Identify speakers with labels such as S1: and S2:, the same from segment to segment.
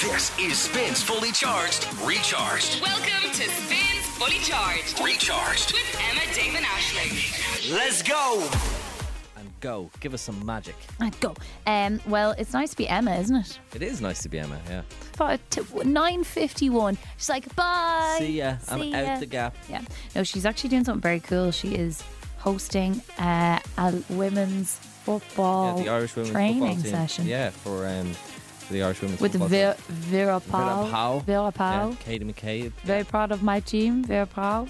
S1: This is Spins Fully Charged, Recharged,
S2: Welcome to Spins Fully Charged
S1: Recharged.
S2: with Emma Damon Ashley.
S1: Let's go!
S3: and go. Give us some magic.
S4: I'd go. Um, well, it's nice to be Emma, isn't it?
S3: It is nice to be Emma, yeah.
S4: Nine fifty-one. She's like, bye.
S3: See ya. I'm
S4: See ya."
S3: out the gap.
S4: Yeah. No, she's actually doing something very cool. She is hosting uh, a women's
S3: Yeah,
S4: football
S3: the Irish women's
S4: Oh, training
S3: football team.
S4: session.
S3: Yeah, for um, the Irish women's
S4: With
S3: football
S4: Vera,
S3: team.
S4: Vera Powell.
S3: Powell.
S4: Vera
S3: Yeah,
S4: Powell.
S3: Katie McCabe.
S4: Very proud of my team, Vera Powell.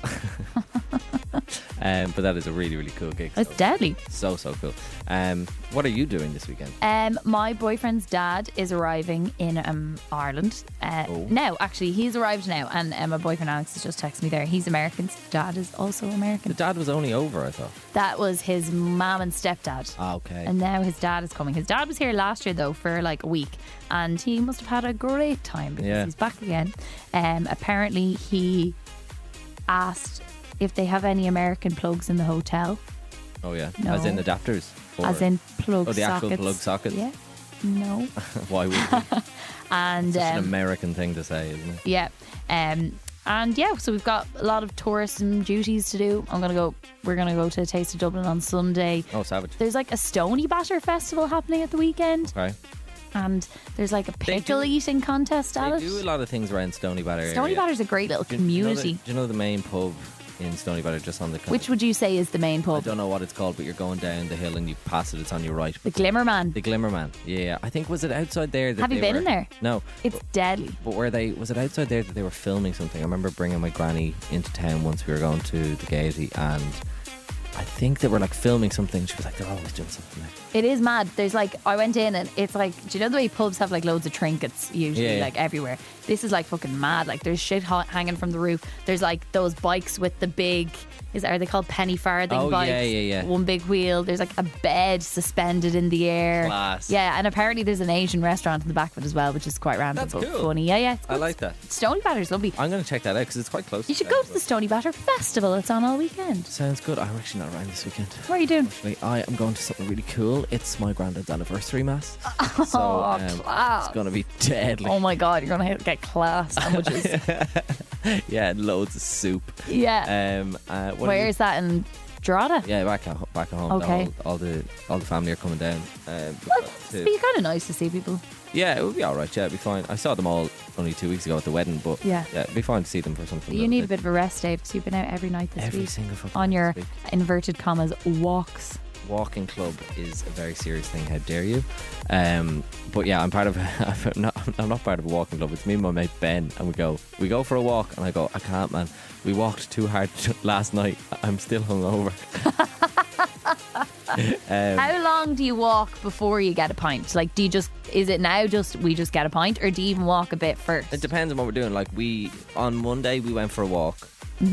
S3: Um, but that is a really, really cool gig.
S4: it's
S3: so,
S4: deadly.
S3: so, so cool. Um, what are you doing this weekend?
S4: Um, my boyfriend's dad is arriving in um, Ireland. Uh,
S3: Oh.
S4: Now, actually, he's arrived now, and uh, my boyfriend Alex has just texted me there. He's American. His dad is also
S3: The
S4: American.
S3: dad was only over, I thought.
S4: That was his mom and stepdad.
S3: Ah, okay.
S4: And now his dad is coming. His dad was here last year though for like a week, and he must have had a great time because
S3: Yeah.
S4: he's back again. Um, apparently he asked if they have any American plugs in the hotel,
S3: oh, yeah.
S4: No.
S3: As in adapters. Or,
S4: as in plug
S3: Oh, the
S4: sockets.
S3: actual plug sockets.
S4: Yeah, no.
S3: Why would we?
S4: And
S3: Such an
S4: um,
S3: American thing to say, isn't it?
S4: yeah, um, and yeah. So we've got a lot of tourism duties to do. I'm gonna go. We're gonna go to Taste of Dublin on Sunday.
S3: Oh, savage.
S4: There's like a Stony Batter festival happening at the weekend,
S3: Okay.
S4: and there's like a
S3: do-
S4: pickle eating contest at
S3: They
S4: it.
S3: do a lot of things around Stony Batter.
S4: Stony
S3: area.
S4: Batter's a great little
S3: Do you- do you know the-
S4: community.
S3: Do you know the main pub in Stony Batter, just on the kind of-
S4: Which would you say is the main
S3: I
S4: pub?
S3: don't know what it's called, but you're going down the hill and you pass it. It's on your right.
S4: The Glimmer Man.
S3: The Glimmer Man. Yeah, I think was it outside there. That
S4: Have you
S3: they
S4: been
S3: were-
S4: in there?
S3: No,
S4: It's deadly.
S3: but were they? Was it outside there that they were filming something? I remember bringing my granny into town once we were going to the Gaiety, and I think they were like filming something. She was like, "They're always doing something." Like,
S4: It is mad. There's like I went in and it's like do you know the way pubs have like loads of trinkets usually
S3: Yeah, yeah.
S4: like everywhere. This is like fucking mad. Like there's shit ha- hanging from the roof. There's like those bikes with the big is are they called penny farthing
S3: Oh, yeah,
S4: bikes?
S3: yeah, yeah.
S4: One big wheel. There's like a bed suspended in the air.
S3: Class.
S4: Yeah, and apparently there's an Asian restaurant in the back of it as well, which is quite random
S3: That's
S4: but
S3: cool.
S4: funny. Yeah, yeah. It's
S3: I like that.
S4: Stony Batter's lovely.
S3: I'm going to check that out because it's quite close.
S4: You should go
S3: town,
S4: to
S3: but-
S4: the Stony Batter Festival. It's on all weekend.
S3: Sounds good. I'm actually not around this weekend.
S4: What are you doing?
S3: Actually, I am going to something really cool. It's my granddad's anniversary mass. so
S4: Oh,
S3: um,
S4: class.
S3: it's going to be deadly.
S4: Oh my god, you're gonna get class sandwiches.
S3: Yeah, and loads of soup.
S4: yeah.
S3: Um, uh, what do
S4: Where
S3: you-
S4: is that in Drogheda?
S3: Yeah, back at, ho- back at home. the
S4: Okay.
S3: whole- All, the all the family are coming down. Um,
S4: Well,
S3: to-
S4: it'd be kind of nice to see people.
S3: yeah, it would be all right. Yeah, it'd be fine. I saw them all only two weeks ago at the wedding, but
S4: Yeah.
S3: it'd be fine to see them for something.
S4: But you
S3: that-
S4: need a bit of a rest day because you've been out every night this
S3: Every
S4: week.
S3: single fucking
S4: on
S3: night
S4: your
S3: this week.
S4: inverted commas walks.
S3: walking club is a very serious thing. How dare you? Um, but yeah, I'm part of. I'm not, I'm not part of a walking club. It's me and my mate Ben, and we go. We go for a walk, and I go. I can't, man. We walked too hard last night. I'm still hungover.
S4: How long do you walk before you get a pint? Like, do you just is it now just we just get a pint, or do you even walk a bit first?
S3: It depends on what we're doing. Like we on Monday we went for a walk,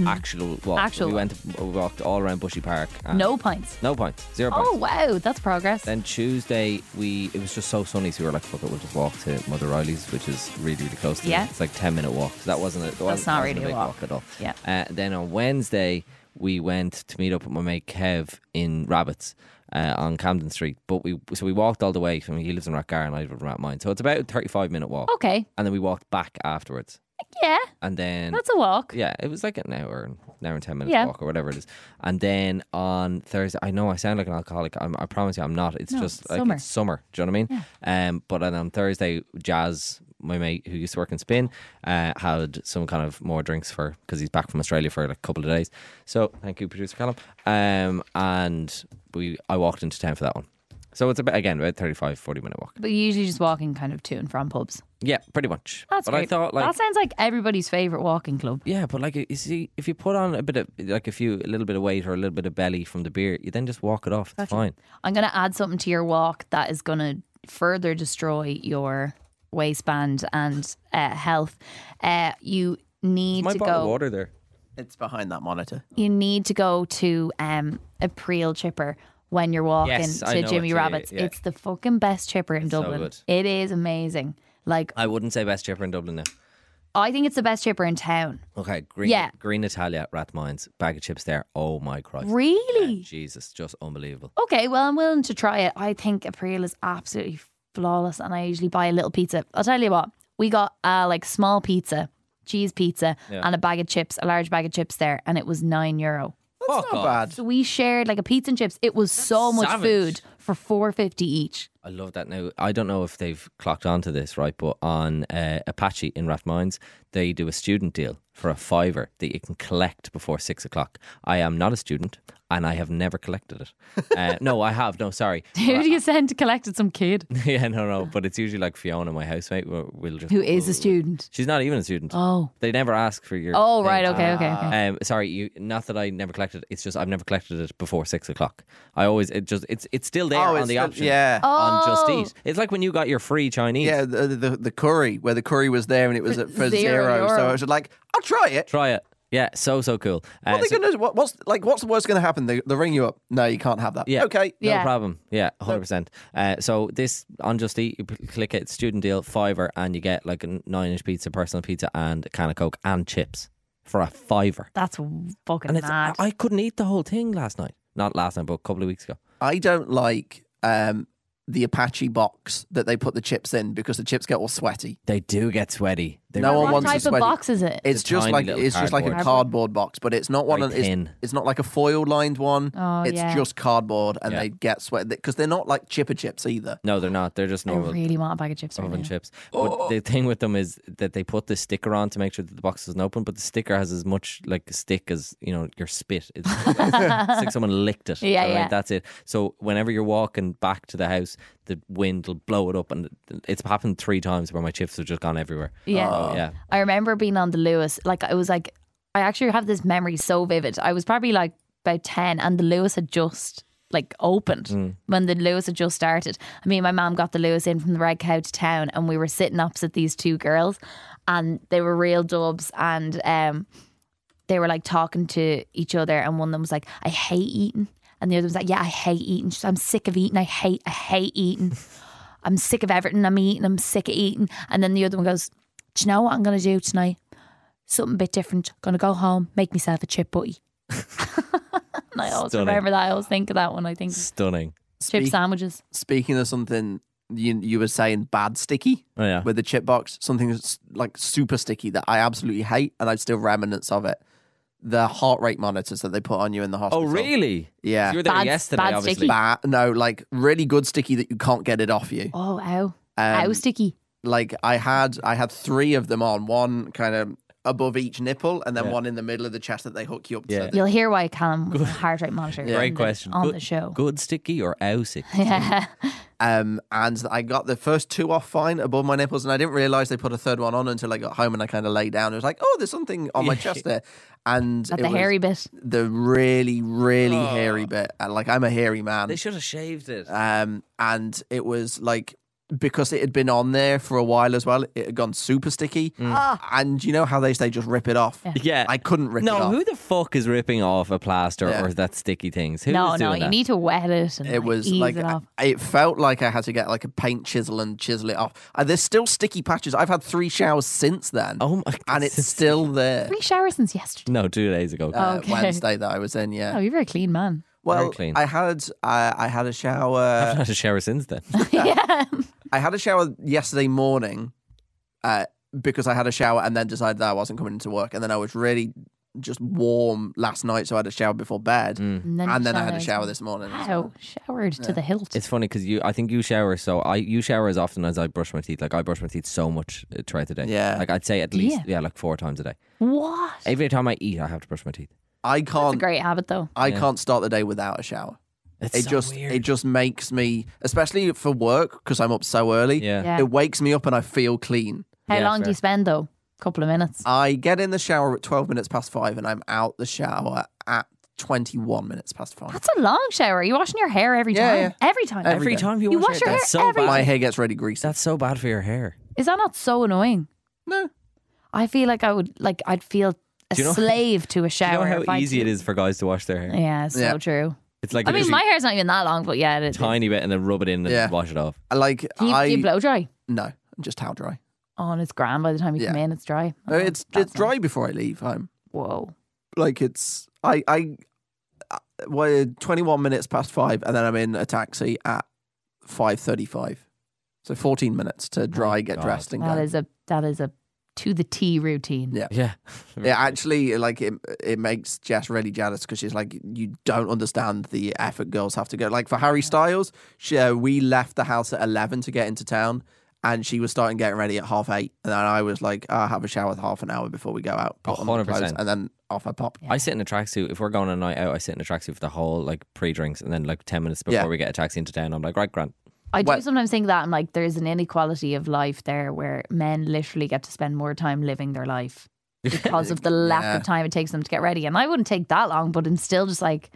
S3: actual walk.
S4: Mm-hmm. Actual
S3: we
S4: walk.
S3: went we walked all around Bushy Park. and-
S4: No pints.
S3: no points, zero points.
S4: Oh wow, that's progress.
S3: Then Tuesday we it was just so sunny, so we were like, "Fuck it, we'll just walk to Mother Riley's, which is really really close. To me.
S4: Yeah.
S3: it's like ten minute walk. So that wasn't it.
S4: That's not really a
S3: big
S4: walk.
S3: at all.
S4: Yeah.
S3: Uh, then on Wednesday we went to meet up with my mate Kev in Rabbits. Uh, on Camden Street, but we so we walked all the way from he lives in Rathgar and I live in Rathmine, so it's about a thirty-five minute walk,
S4: okay,
S3: and then we walked back afterwards,
S4: yeah,
S3: and then
S4: that's a walk.
S3: yeah, it was like an hour, and- an hour and ten minutes
S4: Yeah.
S3: walk or whatever it is. And then on Thursday, I know I sound like an alcoholic. I'm, I promise you, I'm not. It's
S4: No,
S3: just
S4: it's
S3: like
S4: summer.
S3: it's summer. Do you know what I mean? Um, but then on Thursday, Jazz, my mate who used to work in Spin, uh, had some kind of more drinks for because he's back from Australia for like a couple of days. So thank you, producer Callum. Um, and we, I walked into town for that one. So it's about again about 35, 40 minute walk.
S4: But you're usually just walking kind of to and from pubs.
S3: Yeah, pretty much.
S4: That's
S3: but
S4: great.
S3: I thought like
S4: that sounds like everybody's favorite walking club.
S3: Yeah, but like you see, if you put on a bit of like a few, a little bit of weight or a little bit of belly from the beer, you then just walk it off. It's fine.
S4: I'm going to add something to your walk that is going to further destroy your waistband and uh, health. Uh, you need
S3: My
S4: to
S3: bottle of
S4: go.
S3: water there.
S5: It's behind that monitor.
S4: You need to go to um, a Preel chipper when you're walking
S3: Yes, I
S4: to
S3: know
S4: Jimmy
S3: it, yeah,
S4: Rabbit's.
S3: yeah.
S4: It's the fucking best chipper in
S3: so
S4: Dublin.
S3: good.
S4: it is amazing. Like
S3: I wouldn't say best chipper in Dublin now.
S4: I think it's the best chipper in town.
S3: Okay, green,
S4: Yeah.
S3: green Italia, rat mines, bag of chips there. Oh my Christ!
S4: Really?
S3: Jesus, just unbelievable.
S4: Okay, well I'm willing to try it. I think a Preel is absolutely flawless, and I usually buy a little pizza. I'll tell you what. we got uh, like small pizza, cheese pizza,
S3: Yeah.
S4: and a bag of chips, a large bag of chips there, and it was nine euro.
S3: Fuck
S5: Not
S3: off.
S5: bad.
S4: So we shared like a pizza and chips. It was so much
S3: savage.
S4: food for four fifty each.
S3: I love that. Now, I don't know if they've clocked onto this, right? But on uh, Apache in Rathmines, they do a student deal for a fiver that you can collect before six o'clock. I am not a student and I have never collected it. Uh, no, I have. No, sorry.
S4: Who do you send to collect it? Some kid
S3: yeah, no, no. But it's usually like Fiona, my housemate. We'll we'll just.
S4: who is a student.
S3: She's not even a student.
S4: Oh,
S3: They never ask for your.
S4: oh,
S3: thing.
S4: right, okay, okay, okay.
S3: Um, sorry, you. Not that I never collected. it, It's just I've never collected it before six o'clock. I always it just it's it's still there
S5: Oh,
S3: on
S5: it's
S3: the
S5: still-
S3: option.
S5: yeah.
S3: on Just
S4: Oh.
S3: Eat. It's like when you got your free Chinese.
S5: Yeah, the, the the curry where the curry was there and it was at
S4: Zero
S5: for zero. So
S4: euro.
S5: I was like, I'll try it.
S3: Try it. Yeah, so so cool. Uh,
S5: What are they
S3: so-
S5: gonna? What, what's like? What's the worst gonna happen? They they ring you up. No, you can't have that.
S3: yeah.
S5: Okay.
S3: No
S4: Yeah.
S3: problem. Yeah, hundred percent. Uh, so this on Just Eat, you p- click it, student deal, fiver, and you get like a nine-inch pizza, personal pizza, and a can of Coke and chips for a fiver.
S4: That's fucking
S3: And it's, I,
S4: mad.
S3: I couldn't eat the whole thing last night. Not last night, but a couple of weeks ago.
S5: I don't like um the Apache box that they put the chips in because the chips get all sweaty.
S3: They do get sweaty. They
S5: No
S3: really
S5: one
S4: what
S3: do.
S5: wants to
S4: type of
S5: sweaty-
S4: box is it?
S5: It's
S3: It's a
S5: just
S3: tiny
S5: like
S3: little
S5: it's just like a
S3: cardboard.
S5: cardboard box, but it's not one.
S3: Very
S5: of it's,
S3: thin.
S5: it's not like a foil lined one.
S4: Oh,
S5: it's
S4: yeah.
S5: just cardboard, and
S3: Yeah.
S5: they get sweat because they're not like chipper chips either.
S3: No, they're not. They're just
S4: I
S3: normal
S4: really want a bag of chips right
S3: oven
S4: now.
S3: chips. But
S5: Oh.
S3: the thing with them is that they put the sticker on to make sure that the box isn't open, but the sticker has as much like a stick as you know your spit. It's, it's like someone licked it.
S4: Yeah,
S3: all
S4: yeah.
S3: That's it. So whenever you're walking back to the house, the wind will blow it up, and it's happened three times where my chips have just gone everywhere.
S4: Yeah.
S3: So, yeah.
S5: Oh.
S4: I remember being on the Lewis. Like I was like, I actually have this memory so vivid. I was probably like about ten, and the Lewis had just like opened when the Lewis had just started. I mean, my mom got the Lewis in from the Red Cow to town, and we were sitting opposite these two girls, and they were real dubs, and um, they were like talking to each other, and one of them was like, "I hate eating," and the other was like, "Yeah, I hate eating. She's, I'm sick of eating. I hate. I hate eating." I'm sick of everything I'm eating. I'm sick of eating. And then the other one goes, Do you know what I'm going to do tonight? Something a bit different. Going to go home, make myself a chip butty. and I always
S3: Stunning.
S4: remember that. I always think of that when I think of
S3: Stunning.
S4: chip sandwiches.
S5: Speaking of something you you were saying bad sticky
S3: Oh, yeah.
S5: with the chip box, something that's like super sticky that I absolutely hate, and I've still remnants of it. The heart rate monitors that they put on you in the
S3: Oh
S5: hospital.
S3: really?
S5: Yeah.
S3: You were there
S4: Bad-
S3: yesterday,
S4: bad sticky.
S3: obviously.
S5: Ba- no, like really good sticky that you can't get it off you.
S4: Oh, ow. ow,
S5: Um,
S4: sticky.
S5: like I had I had three of them on, one kind of above each nipple, and then
S3: Yeah.
S5: one in the middle of the chest that they hook you up.
S3: Yeah.
S5: to.
S4: You'll hear why Callum was a heart rate monitor
S3: Great
S4: on the-
S3: question.
S4: on
S3: good,
S4: the show.
S3: Good sticky or ow sticky?
S4: Yeah.
S5: Um, and I got the first two off fine above my nipples, and I didn't realize they put a third one on until I got home and I kind of lay down. It was like, oh, there's something on my chest there, and
S4: At
S5: it
S4: the
S5: was
S4: hairy bit.
S5: the really, really hairy bit. And like I'm a hairy man,
S3: they should have shaved it.
S5: um, and it was like because it had been on there for a while as well, it had gone super sticky.
S4: Ah.
S5: And you know how they say just rip it off.
S3: Mm. yeah.
S5: I couldn't rip
S3: no,
S5: it off.
S3: who the fuck is ripping off a plaster
S5: Yeah.
S3: or that sticky things? Who
S4: No,
S3: is
S4: no,
S3: doing
S4: you
S3: that?
S4: need to wet it and
S5: It was
S4: ease
S5: like
S4: it off.
S5: I- it felt like I had to get like a paint chisel and chisel it off. Uh, there's still sticky patches. I've had three showers since then,
S3: Oh my god!
S5: and it's still there.
S4: Three showers since yesterday.
S3: no two days ago.
S5: Uh,
S4: Okay.
S5: Wednesday that I was in,
S4: Oh,
S5: yeah.
S4: you're a very clean man.
S5: Well,
S3: clean.
S5: I had uh, I, I had a shower.
S3: I've had a shower since then.
S4: yeah.
S5: I had a shower yesterday morning uh, because I had a shower and then decided that I wasn't coming into work, and then I was really just warm last night, so I had a shower before bed,
S3: Mm.
S4: And
S5: and then I
S4: shower
S5: had a
S4: as
S5: shower
S4: well.
S5: this morning. as well.
S4: Wow, showered to the hilt.
S3: It's funny because you, I think you shower. So I, you shower as often as I brush my teeth. Like I brush my teeth so much uh, throughout the day.
S5: Yeah.
S3: like I'd say at least
S4: Yeah.
S3: yeah, like four times a day.
S4: what? It's
S3: Every time I eat, I have to brush my teeth.
S5: I
S4: a
S5: can't
S4: great habit, though.
S5: I can't start the day without a shower.
S3: It's
S5: it
S3: so
S5: just
S3: weird.
S5: it just makes me especially for work because i'm up so early
S3: yeah.
S4: Yeah.
S5: it wakes me up and i feel clean
S4: How
S3: Yeah,
S4: long do
S3: fair.
S4: you spend though? Couple of minutes.
S5: i get in the shower at 12 minutes past five and i'm out the shower at 21 minutes past five
S4: That's a long shower. Are you washing your hair every
S5: Yeah,
S4: time?
S5: yeah.
S4: Every time.
S3: Every, time you,
S4: You
S3: wash
S4: wash
S3: your
S4: your
S3: hair,
S4: hair
S3: that's so
S4: every-
S3: bad.
S5: my hair gets really greasy
S3: That's so bad for your hair.
S4: Is that not so annoying?
S5: no
S4: I feel like I would like I'd feel a
S3: Do you know-
S4: slave to a
S3: Do
S4: shower.
S3: you know
S4: if
S3: how
S4: I
S3: easy it
S4: could-
S3: is for guys to wash their hair?
S4: Yeah, so
S5: Yeah.
S4: true.
S3: It's like
S4: I mean,
S3: literally
S4: my hair's not even that long, but yeah, it, do
S3: tiny bit and then rub it in and
S5: Yeah.
S3: wash it off.
S5: like
S4: you,
S5: i
S4: do you blow dry?
S5: no just how dry
S4: Oh, and it's grand by the time you come
S5: Yeah.
S4: in. It's dry.
S5: No,
S4: Oh,
S5: it's
S4: that's
S5: it's dry
S4: nice.
S5: before i leave home
S4: Whoa.
S5: like it's i i uh, I- well, 21 minutes past five and then i'm in a taxi at 5.35 So 14 minutes to dry, get
S3: God.
S5: dressed, and go.
S4: Oh, That is a that is a to the T routine.
S5: Yeah.
S3: Yeah.
S5: It actually like it, it makes Jess really jealous because she's like, you don't understand the effort girls have to go. Like for Harry Styles, she, uh, we left the house at eleven to get into town, and she was starting getting ready at half eight, and then I was like, I'll have a shower half an hour before we go out, put on the clothes,
S3: 100%.
S5: and then off I pop.
S3: I sit in a tracksuit. If we're going on a night out, I sit in a tracksuit for the whole like pre drinks and then like 10 minutes before
S5: Yeah.
S3: we get a taxi into town, I'm like, right, Grant.
S4: I do
S5: Well-
S4: sometimes think that I'm like there's an inequality of life there where men literally get to spend more time living their life because of the lack
S5: Yeah.
S4: of time it takes them to get ready. And I wouldn't take that long, but I'm still just like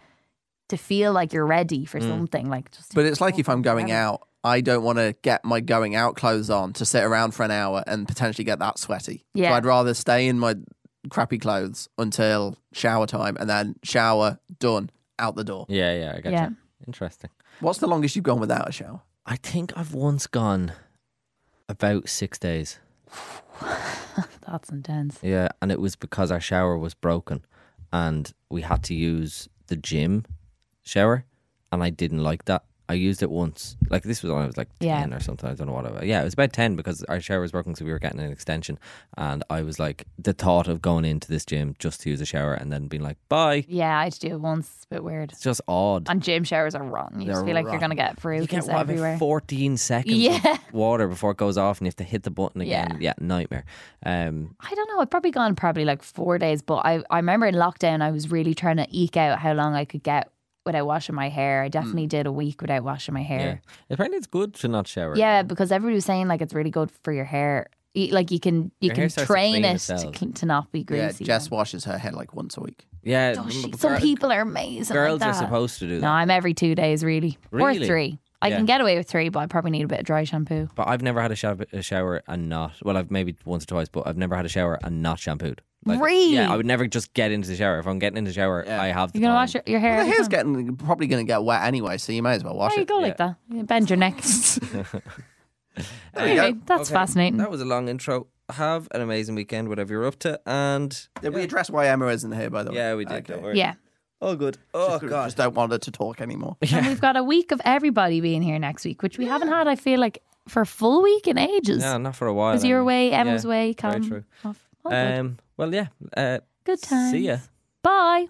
S4: to feel like you're ready for something like just
S5: Mm. But it's like if I'm going out, I don't want to get my going out clothes on to sit around for an hour and potentially get that sweaty. So
S4: Yeah.
S5: I'd rather stay in my crappy clothes until shower time and then shower, done, out the door.
S3: Yeah, yeah, I gotcha.
S4: Yeah.
S3: Interesting.
S5: What's the longest you've gone without a shower?
S3: I think I've once gone about six days.
S4: Oh, that's intense.
S3: Yeah, and it was because our shower was broken and we had to use the gym shower and I didn't like that. I used it once. Like this was when I was like
S4: Yeah.
S3: 10 or something. I don't know what it was. Yeah, it was about 10 because our shower was broken so we were getting an extension and I was like the thought of going into this gym just to use a shower and then being like, "Bye."
S4: Yeah, I had to do it once. It's a bit weird.
S3: It's just odd.
S4: And gym showers are rotten. You just
S3: They're
S4: feel like you're
S3: rotten.
S4: gonna get
S3: you get
S4: fruits
S3: what, about
S4: everywhere.
S3: 14 seconds
S4: Yeah.
S3: of water before it goes off and you have to hit the button
S4: Yeah.
S3: again. Yeah, nightmare. Um,
S4: I don't know. I've probably gone probably like four days, but I, I remember in lockdown, I was really trying to eke out how long I could get without washing my hair. I definitely did a week without washing my
S3: Mm. yeah.
S4: hair.
S3: Apparently it's good to not shower.
S4: Yeah, because everybody was saying like it's really good for your hair. You- Like you can you
S3: Your hair
S4: can
S3: starts to
S4: train
S3: clean
S4: it to,
S3: itself.
S4: cl- to not be greasy.
S5: Yeah, Jess washes her head like once a week.
S3: Yeah.
S4: Does she?
S3: but
S4: Some
S3: gir-
S4: people are amazing. like
S3: Girls are
S4: that.
S3: supposed to do that.
S4: No, I'm every two days really,
S3: Really?
S4: or three. I
S3: Yeah.
S4: can get away with three, but I probably need a bit of dry shampoo.
S3: But I've never had a shower, a shower and not. Well, I've maybe once or twice, but I've never had a shower and not shampooed.
S4: Really?
S3: Yeah, I would never just get into the shower. If I'm getting into the shower, I have. The
S4: You're gonna
S3: time.
S4: wash your, your hair.
S5: The
S4: every
S5: hair's
S4: time?
S5: getting probably going to get wet anyway, so you may as well wash
S4: Why you
S5: it.
S4: go like that? You bend your neck.
S5: you go.
S4: anyway, that's
S3: Okay,
S4: fascinating.
S3: That was a long intro. Have an amazing weekend, whatever you're up to, and
S5: Did we address why Emma isn't here, by the way?
S3: yeah, we did.
S5: Okay.
S3: Ah, Don't worry.
S4: yeah.
S3: Oh, good. Oh,
S5: We
S3: god.
S5: Just don't want her to talk anymore.
S4: And we've got a week of everybody being here next week, which we haven't had, I feel like, for a full week in ages.
S3: Yeah, not for a while.
S4: Because your
S3: anyway.
S4: way, Emma's
S3: Yeah,
S4: way,
S3: very
S4: Callum.
S3: true.
S4: Off. All good.
S3: Um. Well, yeah. Uh,
S4: Good times.
S3: See ya.
S4: Bye.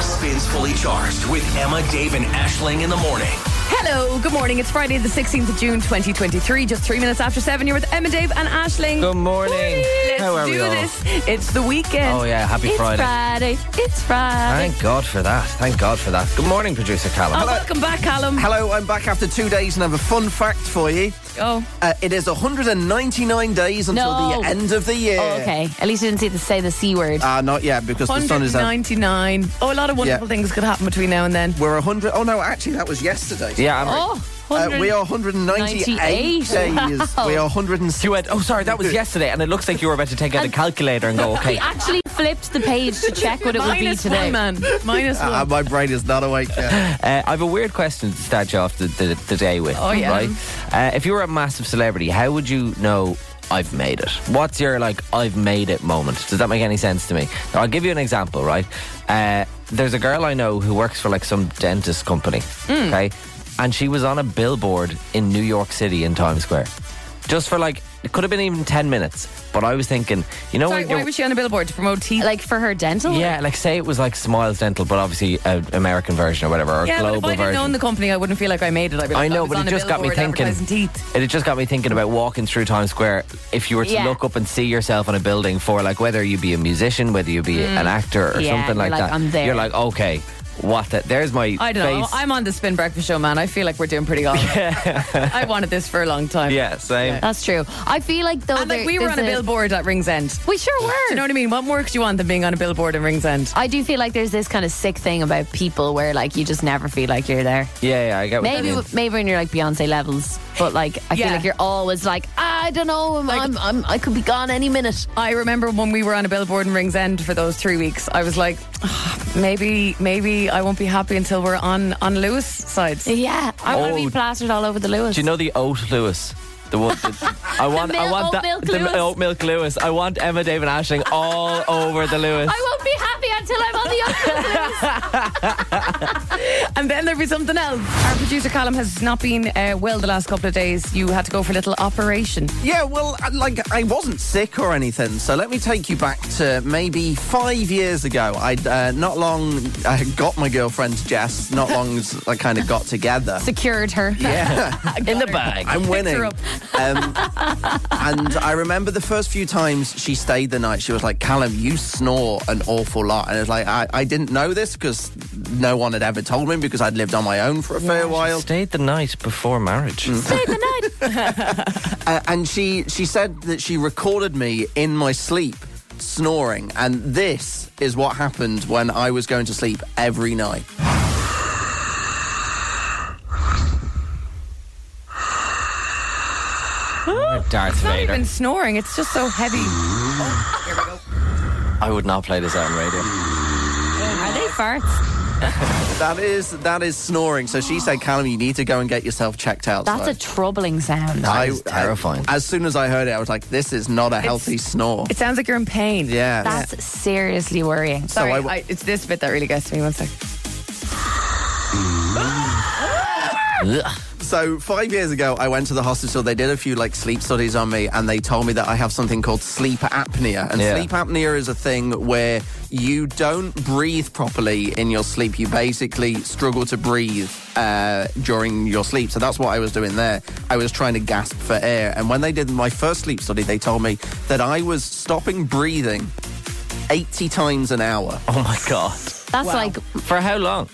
S1: Spins Fully Charged with Emma, Dave, and Ashling in the morning.
S6: Hello, good morning. It's Friday, the 16th of June, 2023. Just three minutes after seven, you're with Emma, Dave, and Ashling.
S3: Good morning.
S6: Let's
S3: How are
S6: do
S3: we all?
S6: this. It's the weekend.
S3: Oh yeah, happy
S4: It's
S3: Friday.
S4: Friday. It's Friday.
S3: Thank God for that. Thank God for that. Good morning, producer Callum.
S6: Oh, welcome back, Callum.
S5: Hello, I'm back after two days and I have a fun fact for you.
S6: Oh,
S5: Uh, it is 199 days until
S4: No.
S5: the end of the year.
S4: Oh, okay. At least you didn't see the say the C word.
S5: Uh, not yet, because the sun is out.
S6: 199. Oh, a lot of
S5: Yeah.
S6: wonderful things could happen between now and then.
S5: We're 100. Oh, no, actually, that was yesterday.
S3: Yeah, I'm.
S4: oh,
S5: Uh,
S4: 100
S5: we are 198
S4: 98.
S5: days. We are 106.
S3: You went, oh, sorry, that was yesterday. And it looks like you were about to take out a calculator and go, okay.
S4: actually flipped the page to check what it would be
S6: Minus
S4: today.
S6: one, man. Minus
S3: Ah,
S6: one.
S5: Uh, my brain is not awake yet.
S3: Uh, I have a weird question to start you off the, the, the day with.
S6: Oh, yeah.
S3: Right? Uh, if you were a massive celebrity, how would you know I've made it? What's your, like, I've made it moment? Does that make any sense to me? Now, I'll give you an example, right? Uh, there's a girl I know who works for, like, some dentist company,
S6: Hmm.
S3: okay? And she was on a billboard in New York City in Times Square. Just for, like, it could have been even 10 minutes. But I was thinking, you know,
S6: Sorry,
S3: when you're-
S6: why was she on a billboard to promote teeth?
S4: Like for her dental?
S3: Yeah, like say it was like Smiles Dental, but obviously an American version or whatever, or a
S6: yeah,
S3: global
S6: but if I'd have
S3: version.
S6: known the company, I wouldn't feel like I made it. I'd be
S3: I
S6: like,
S3: know,
S6: was
S3: but
S6: on
S3: it
S6: a
S3: just got me
S6: billboard
S3: thinking.
S6: advertising Teeth.
S3: It just got me thinking about walking through Times Square. If you were to
S4: Yeah.
S3: look up and see yourself on a building for like whether you be a musician, whether you be an actor or
S4: Yeah,
S3: something
S4: you're
S3: like,
S4: like,
S3: that,
S4: "I'm there."
S3: you're like, okay, what? The, there's my
S6: I don't know.
S3: face.
S6: I'm on the Spin Breakfast Show, man. I feel like we're doing pretty well. I wanted this for a long time.
S3: yeah, same.
S4: That's true. I feel like though
S6: And like
S4: there-
S6: we were
S4: there's
S6: on a billboard at Ringsend.
S4: We sure were.
S6: Do you know what I mean? What more could you want than being on a billboard in Ringsend?
S4: I do feel like there's this kind of sick thing about people where like you just never feel like you're there.
S3: Yeah, yeah, I get what
S4: Maybe
S3: you mean.
S4: maybe when you're like Beyonce levels, but like I feel
S6: Yeah.
S4: like you're always like I don't know, I'm, I'm, I'm I could be gone any minute.
S6: I remember when we were on a billboard in Ringsend for those three weeks. I was like, "Ah, maybe, maybe I won't be happy until we're on on Lewis sides.
S4: Yeah, I want to
S3: Oh.
S4: be plastered all over the Lewis.
S3: Do you know the oat Lewis? The one, the- I want, I
S4: mil-
S3: want
S4: oat
S3: that,
S4: milk
S3: the
S4: Lewis.
S3: oat milk Lewis. I want Emma David Ashling all over the Lewis.
S4: I won't be happy until I'm on the other
S6: And then there'll be something else. Our producer Callum has not been uh, well the last couple of days. You had to go for a little operation.
S5: Yeah, well, I- like I wasn't sick or anything, so let me take you back to maybe five years ago. I uh, not long I had got my girlfriend Jess. Not long as I kind of got together.
S6: Secured her.
S5: Yeah,
S3: in the bag.
S5: I'm winning.
S6: her
S5: Um, and I remember the first few times she stayed the night, she was like, "Callum, you snore an awful lot," and it's like I, I didn't know this because no one had ever told me because I'd lived on my own for a fair while.
S3: Stayed the night before marriage.
S5: Mm. Uh, and she she said that she recorded me in my sleep snoring and this is what happened when i was going to sleep every night
S3: Darth
S6: Not
S3: Vader.
S6: even snoring. It's just so heavy. Oh, here we go.
S3: I would not play this out on radio.
S4: Are they farts?
S5: that is that is snoring so she said callum you need to go and get yourself checked out
S4: That's
S5: So
S4: a troubling sound.
S5: I-
S3: is terrifying.
S5: I- as soon as i heard it i was like this is not a healthy snore
S6: It sounds like you're in pain.
S5: yeah
S4: That's seriously worrying.
S6: Sorry,
S5: So I
S6: I
S5: w-
S6: it's this bit that really gets me. One sec.
S3: Ugh.
S5: So five years ago, I went to the hospital. They did a few like sleep studies on me, and they told me that I have something called sleep apnea. And
S3: Yeah.
S5: sleep apnea is a thing where you don't breathe properly in your sleep. You basically struggle to breathe uh, during your sleep. So that's what I was doing there. I was trying to gasp for air. And when they did my first sleep study, they told me that I was stopping breathing. 80 times an hour.
S3: Oh my god.
S4: That's like
S3: For how long?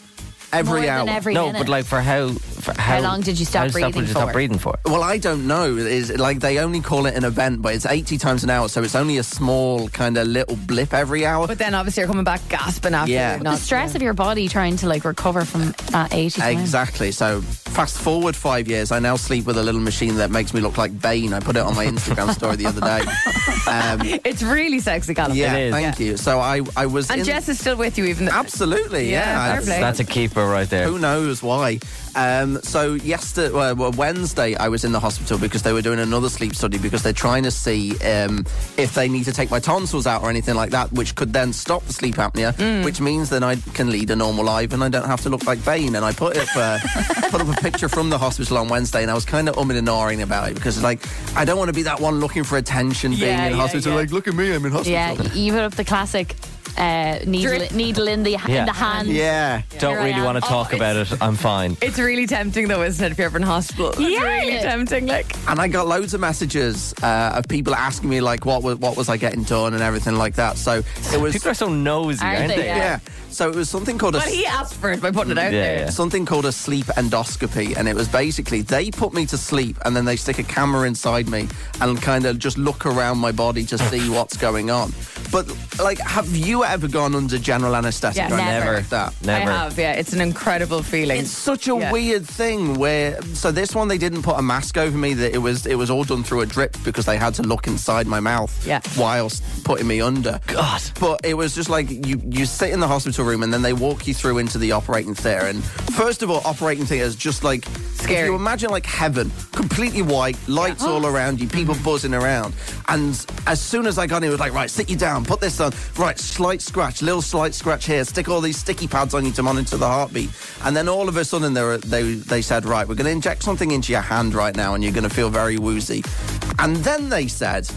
S5: Every
S4: more
S5: hour.
S4: than every
S3: no,
S4: minute.
S3: but like for how? For how,
S4: long did you stop
S3: how stop-
S4: breathing
S3: did you stop
S4: for?
S3: breathing for?
S5: Well, I don't know. Is like they only call it an event, but it's eighty times an hour, so it's only a small kind of little blip every hour.
S6: But then obviously you're coming back gasping after.
S5: Yeah.
S6: you're
S5: But
S4: the
S6: Not,
S4: stress of your body trying to like recover from that 80 times.
S5: Exactly. So fast forward five years, I now sleep with a little machine that makes me look like Bane. I put it on my Instagram story the other day. Um,
S6: It's really sexy, Callum.
S5: yeah,
S3: It is.
S5: thank you. So I, I was
S6: And
S5: in-
S6: Jess is still with you, even. though
S5: absolutely,
S6: Yeah,
S5: yeah.
S6: fair play.
S3: That's a keeper right there.
S5: Who knows why? Um, so yesterday, well, well, Wednesday, I was in the hospital because they were doing another sleep study because they're trying to see um, if they need to take my tonsils out or anything like that, which could then stop the sleep apnea,
S6: Mm.
S5: which means then I can lead a normal life and I don't have to look like Bane. And I put up uh, put up a picture from the hospital on Wednesday, and I was kind of umming and ahhing about it because it's like I don't want to be that one looking for attention being
S6: Yeah,
S5: in
S6: yeah,
S5: hospital.
S6: yeah.
S5: Like, look at me, I'm in hospital.
S4: Yeah, you put up the classic uh, needle,
S6: Drip.
S4: needle in the
S3: Yeah.
S4: in the hand.
S5: Yeah.
S3: Don't
S4: Here I
S3: really
S4: am.
S3: want to
S4: Oh,
S3: talk about it. I'm fine.
S6: It's really tempting though, isn't it? If you're ever in hospital, it's
S4: Yeah.
S6: really tempting. Like,
S5: And I got loads of messages uh, of people asking me like what was what was I getting done and everything like that. So it was
S3: People are so nosy,
S4: Aren't
S3: aren't,
S4: they?
S3: they?
S4: Yeah.
S5: yeah. So it was something called a
S6: but he asked for it by putting it out
S3: Yeah,
S6: there.
S3: yeah.
S5: something called a sleep endoscopy, and it was basically they put me to sleep and then they stick a camera inside me and kind of just look around my body to see what's going on. But like, have you ever gone under general anaesthetic
S6: Yeah,
S5: or anything
S4: never.
S5: like that?
S3: Never.
S6: I have. Yeah, it's an incredible feeling.
S5: It's such a
S6: Yeah.
S5: weird thing where so this one they didn't put a mask over me that it was it was all done through a drip because they had to look inside my mouth
S6: Yeah.
S5: whilst putting me under.
S3: God.
S5: But it was just like you you sit in the hospital room and then they walk you through into the operating theatre and first of all operating theatre is just like
S6: Scary.
S5: If you imagine like heaven, completely white, lights all around you, people buzzing around. And as soon as I got in, it was like, right, sit you down, put this on, right, slight scratch, little slight scratch here, stick all these sticky pads on you to monitor the heartbeat. And then all of a sudden, they, were, they, they said, right, we're going to inject something into your hand right now, and you're going to feel very woozy. And then they said,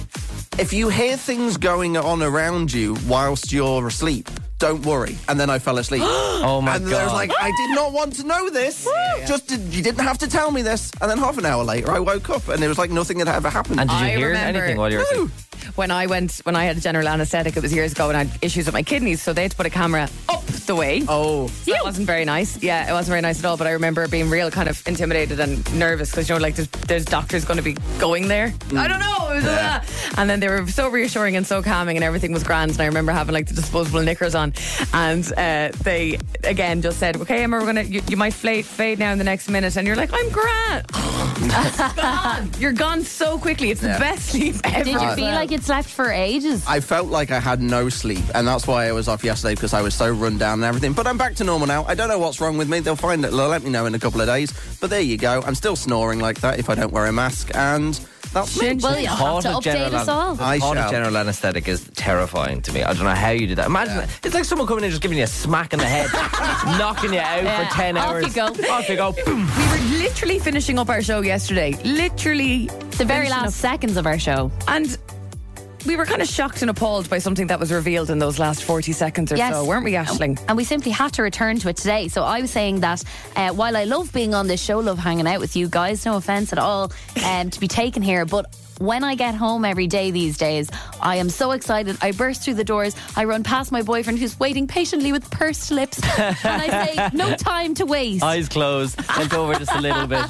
S5: if you hear things going on around you whilst you're asleep, don't worry. And then I fell asleep.
S3: Oh my
S5: and I
S3: god.
S5: was like, I did not want to know this. Just did, you didn't have to tell me this. And then half an hour later, I woke up and it was like nothing had ever happened.
S3: and did you
S6: I
S3: hear
S6: remember-
S3: anything while you were asleep?
S6: when I went when I had a general anaesthetic, it was years ago, and I had issues with my kidneys, so they had to put a camera up the way.
S5: oh,
S6: So that wasn't very nice. Yeah, it wasn't very nice at all. But I remember being real kind of intimidated and nervous because you know, like there's, there's doctors going to be going there.
S5: Mm.
S6: I don't know. It was, uh, and then they were so reassuring and so calming, and everything was grand. And I remember having like the disposable knickers on, and uh, they again just said, "Okay, Emma, we're gonna you, you might fade, fade now in the next minute," and you're like, "I'm grand." gone. You're gone so quickly. It's
S5: Yeah.
S6: the best sleep ever.
S4: Did you feel like it slept for ages?
S5: I felt like I had no sleep, and that's why I was off yesterday because I was so run down and everything. But I'm back to normal now. I don't know what's wrong with me. They'll find it. They'll let me know in a couple of days. But there you go. I'm still snoring like that if I don't wear a mask, and that's me.
S4: Well, you'll have
S3: Thought
S4: to
S3: of
S4: update
S3: general
S4: us
S3: an-
S4: all.
S3: the
S5: I
S3: thought of
S5: shall.
S3: general anesthetic is terrifying to me. I don't know how you do that. Imagine
S5: Yeah.
S3: it's like someone coming in just giving you a smack in the head, knocking you out
S4: Yeah.
S3: for ten
S4: Off
S3: hours.
S4: you go.
S3: Off you go. Boom.
S6: We were literally finishing up our show yesterday. Literally.
S4: The very
S6: finishing
S4: last
S6: up.
S4: seconds of our show.
S6: And we were kind of shocked and appalled by something that was revealed in those last 40 seconds or
S4: Yes. Oh.
S6: so, weren't we, Ashling?
S4: And we simply have to return to it today. So I was saying that uh, while I love being on this show, love hanging out with you guys, no offense at all um, to be taken here, but. When I get home every day these days, I am so excited. I burst through the doors. I run past my boyfriend who's waiting patiently with pursed lips. and I say, No time to waste.
S3: Eyes closed. Bent over just a little bit.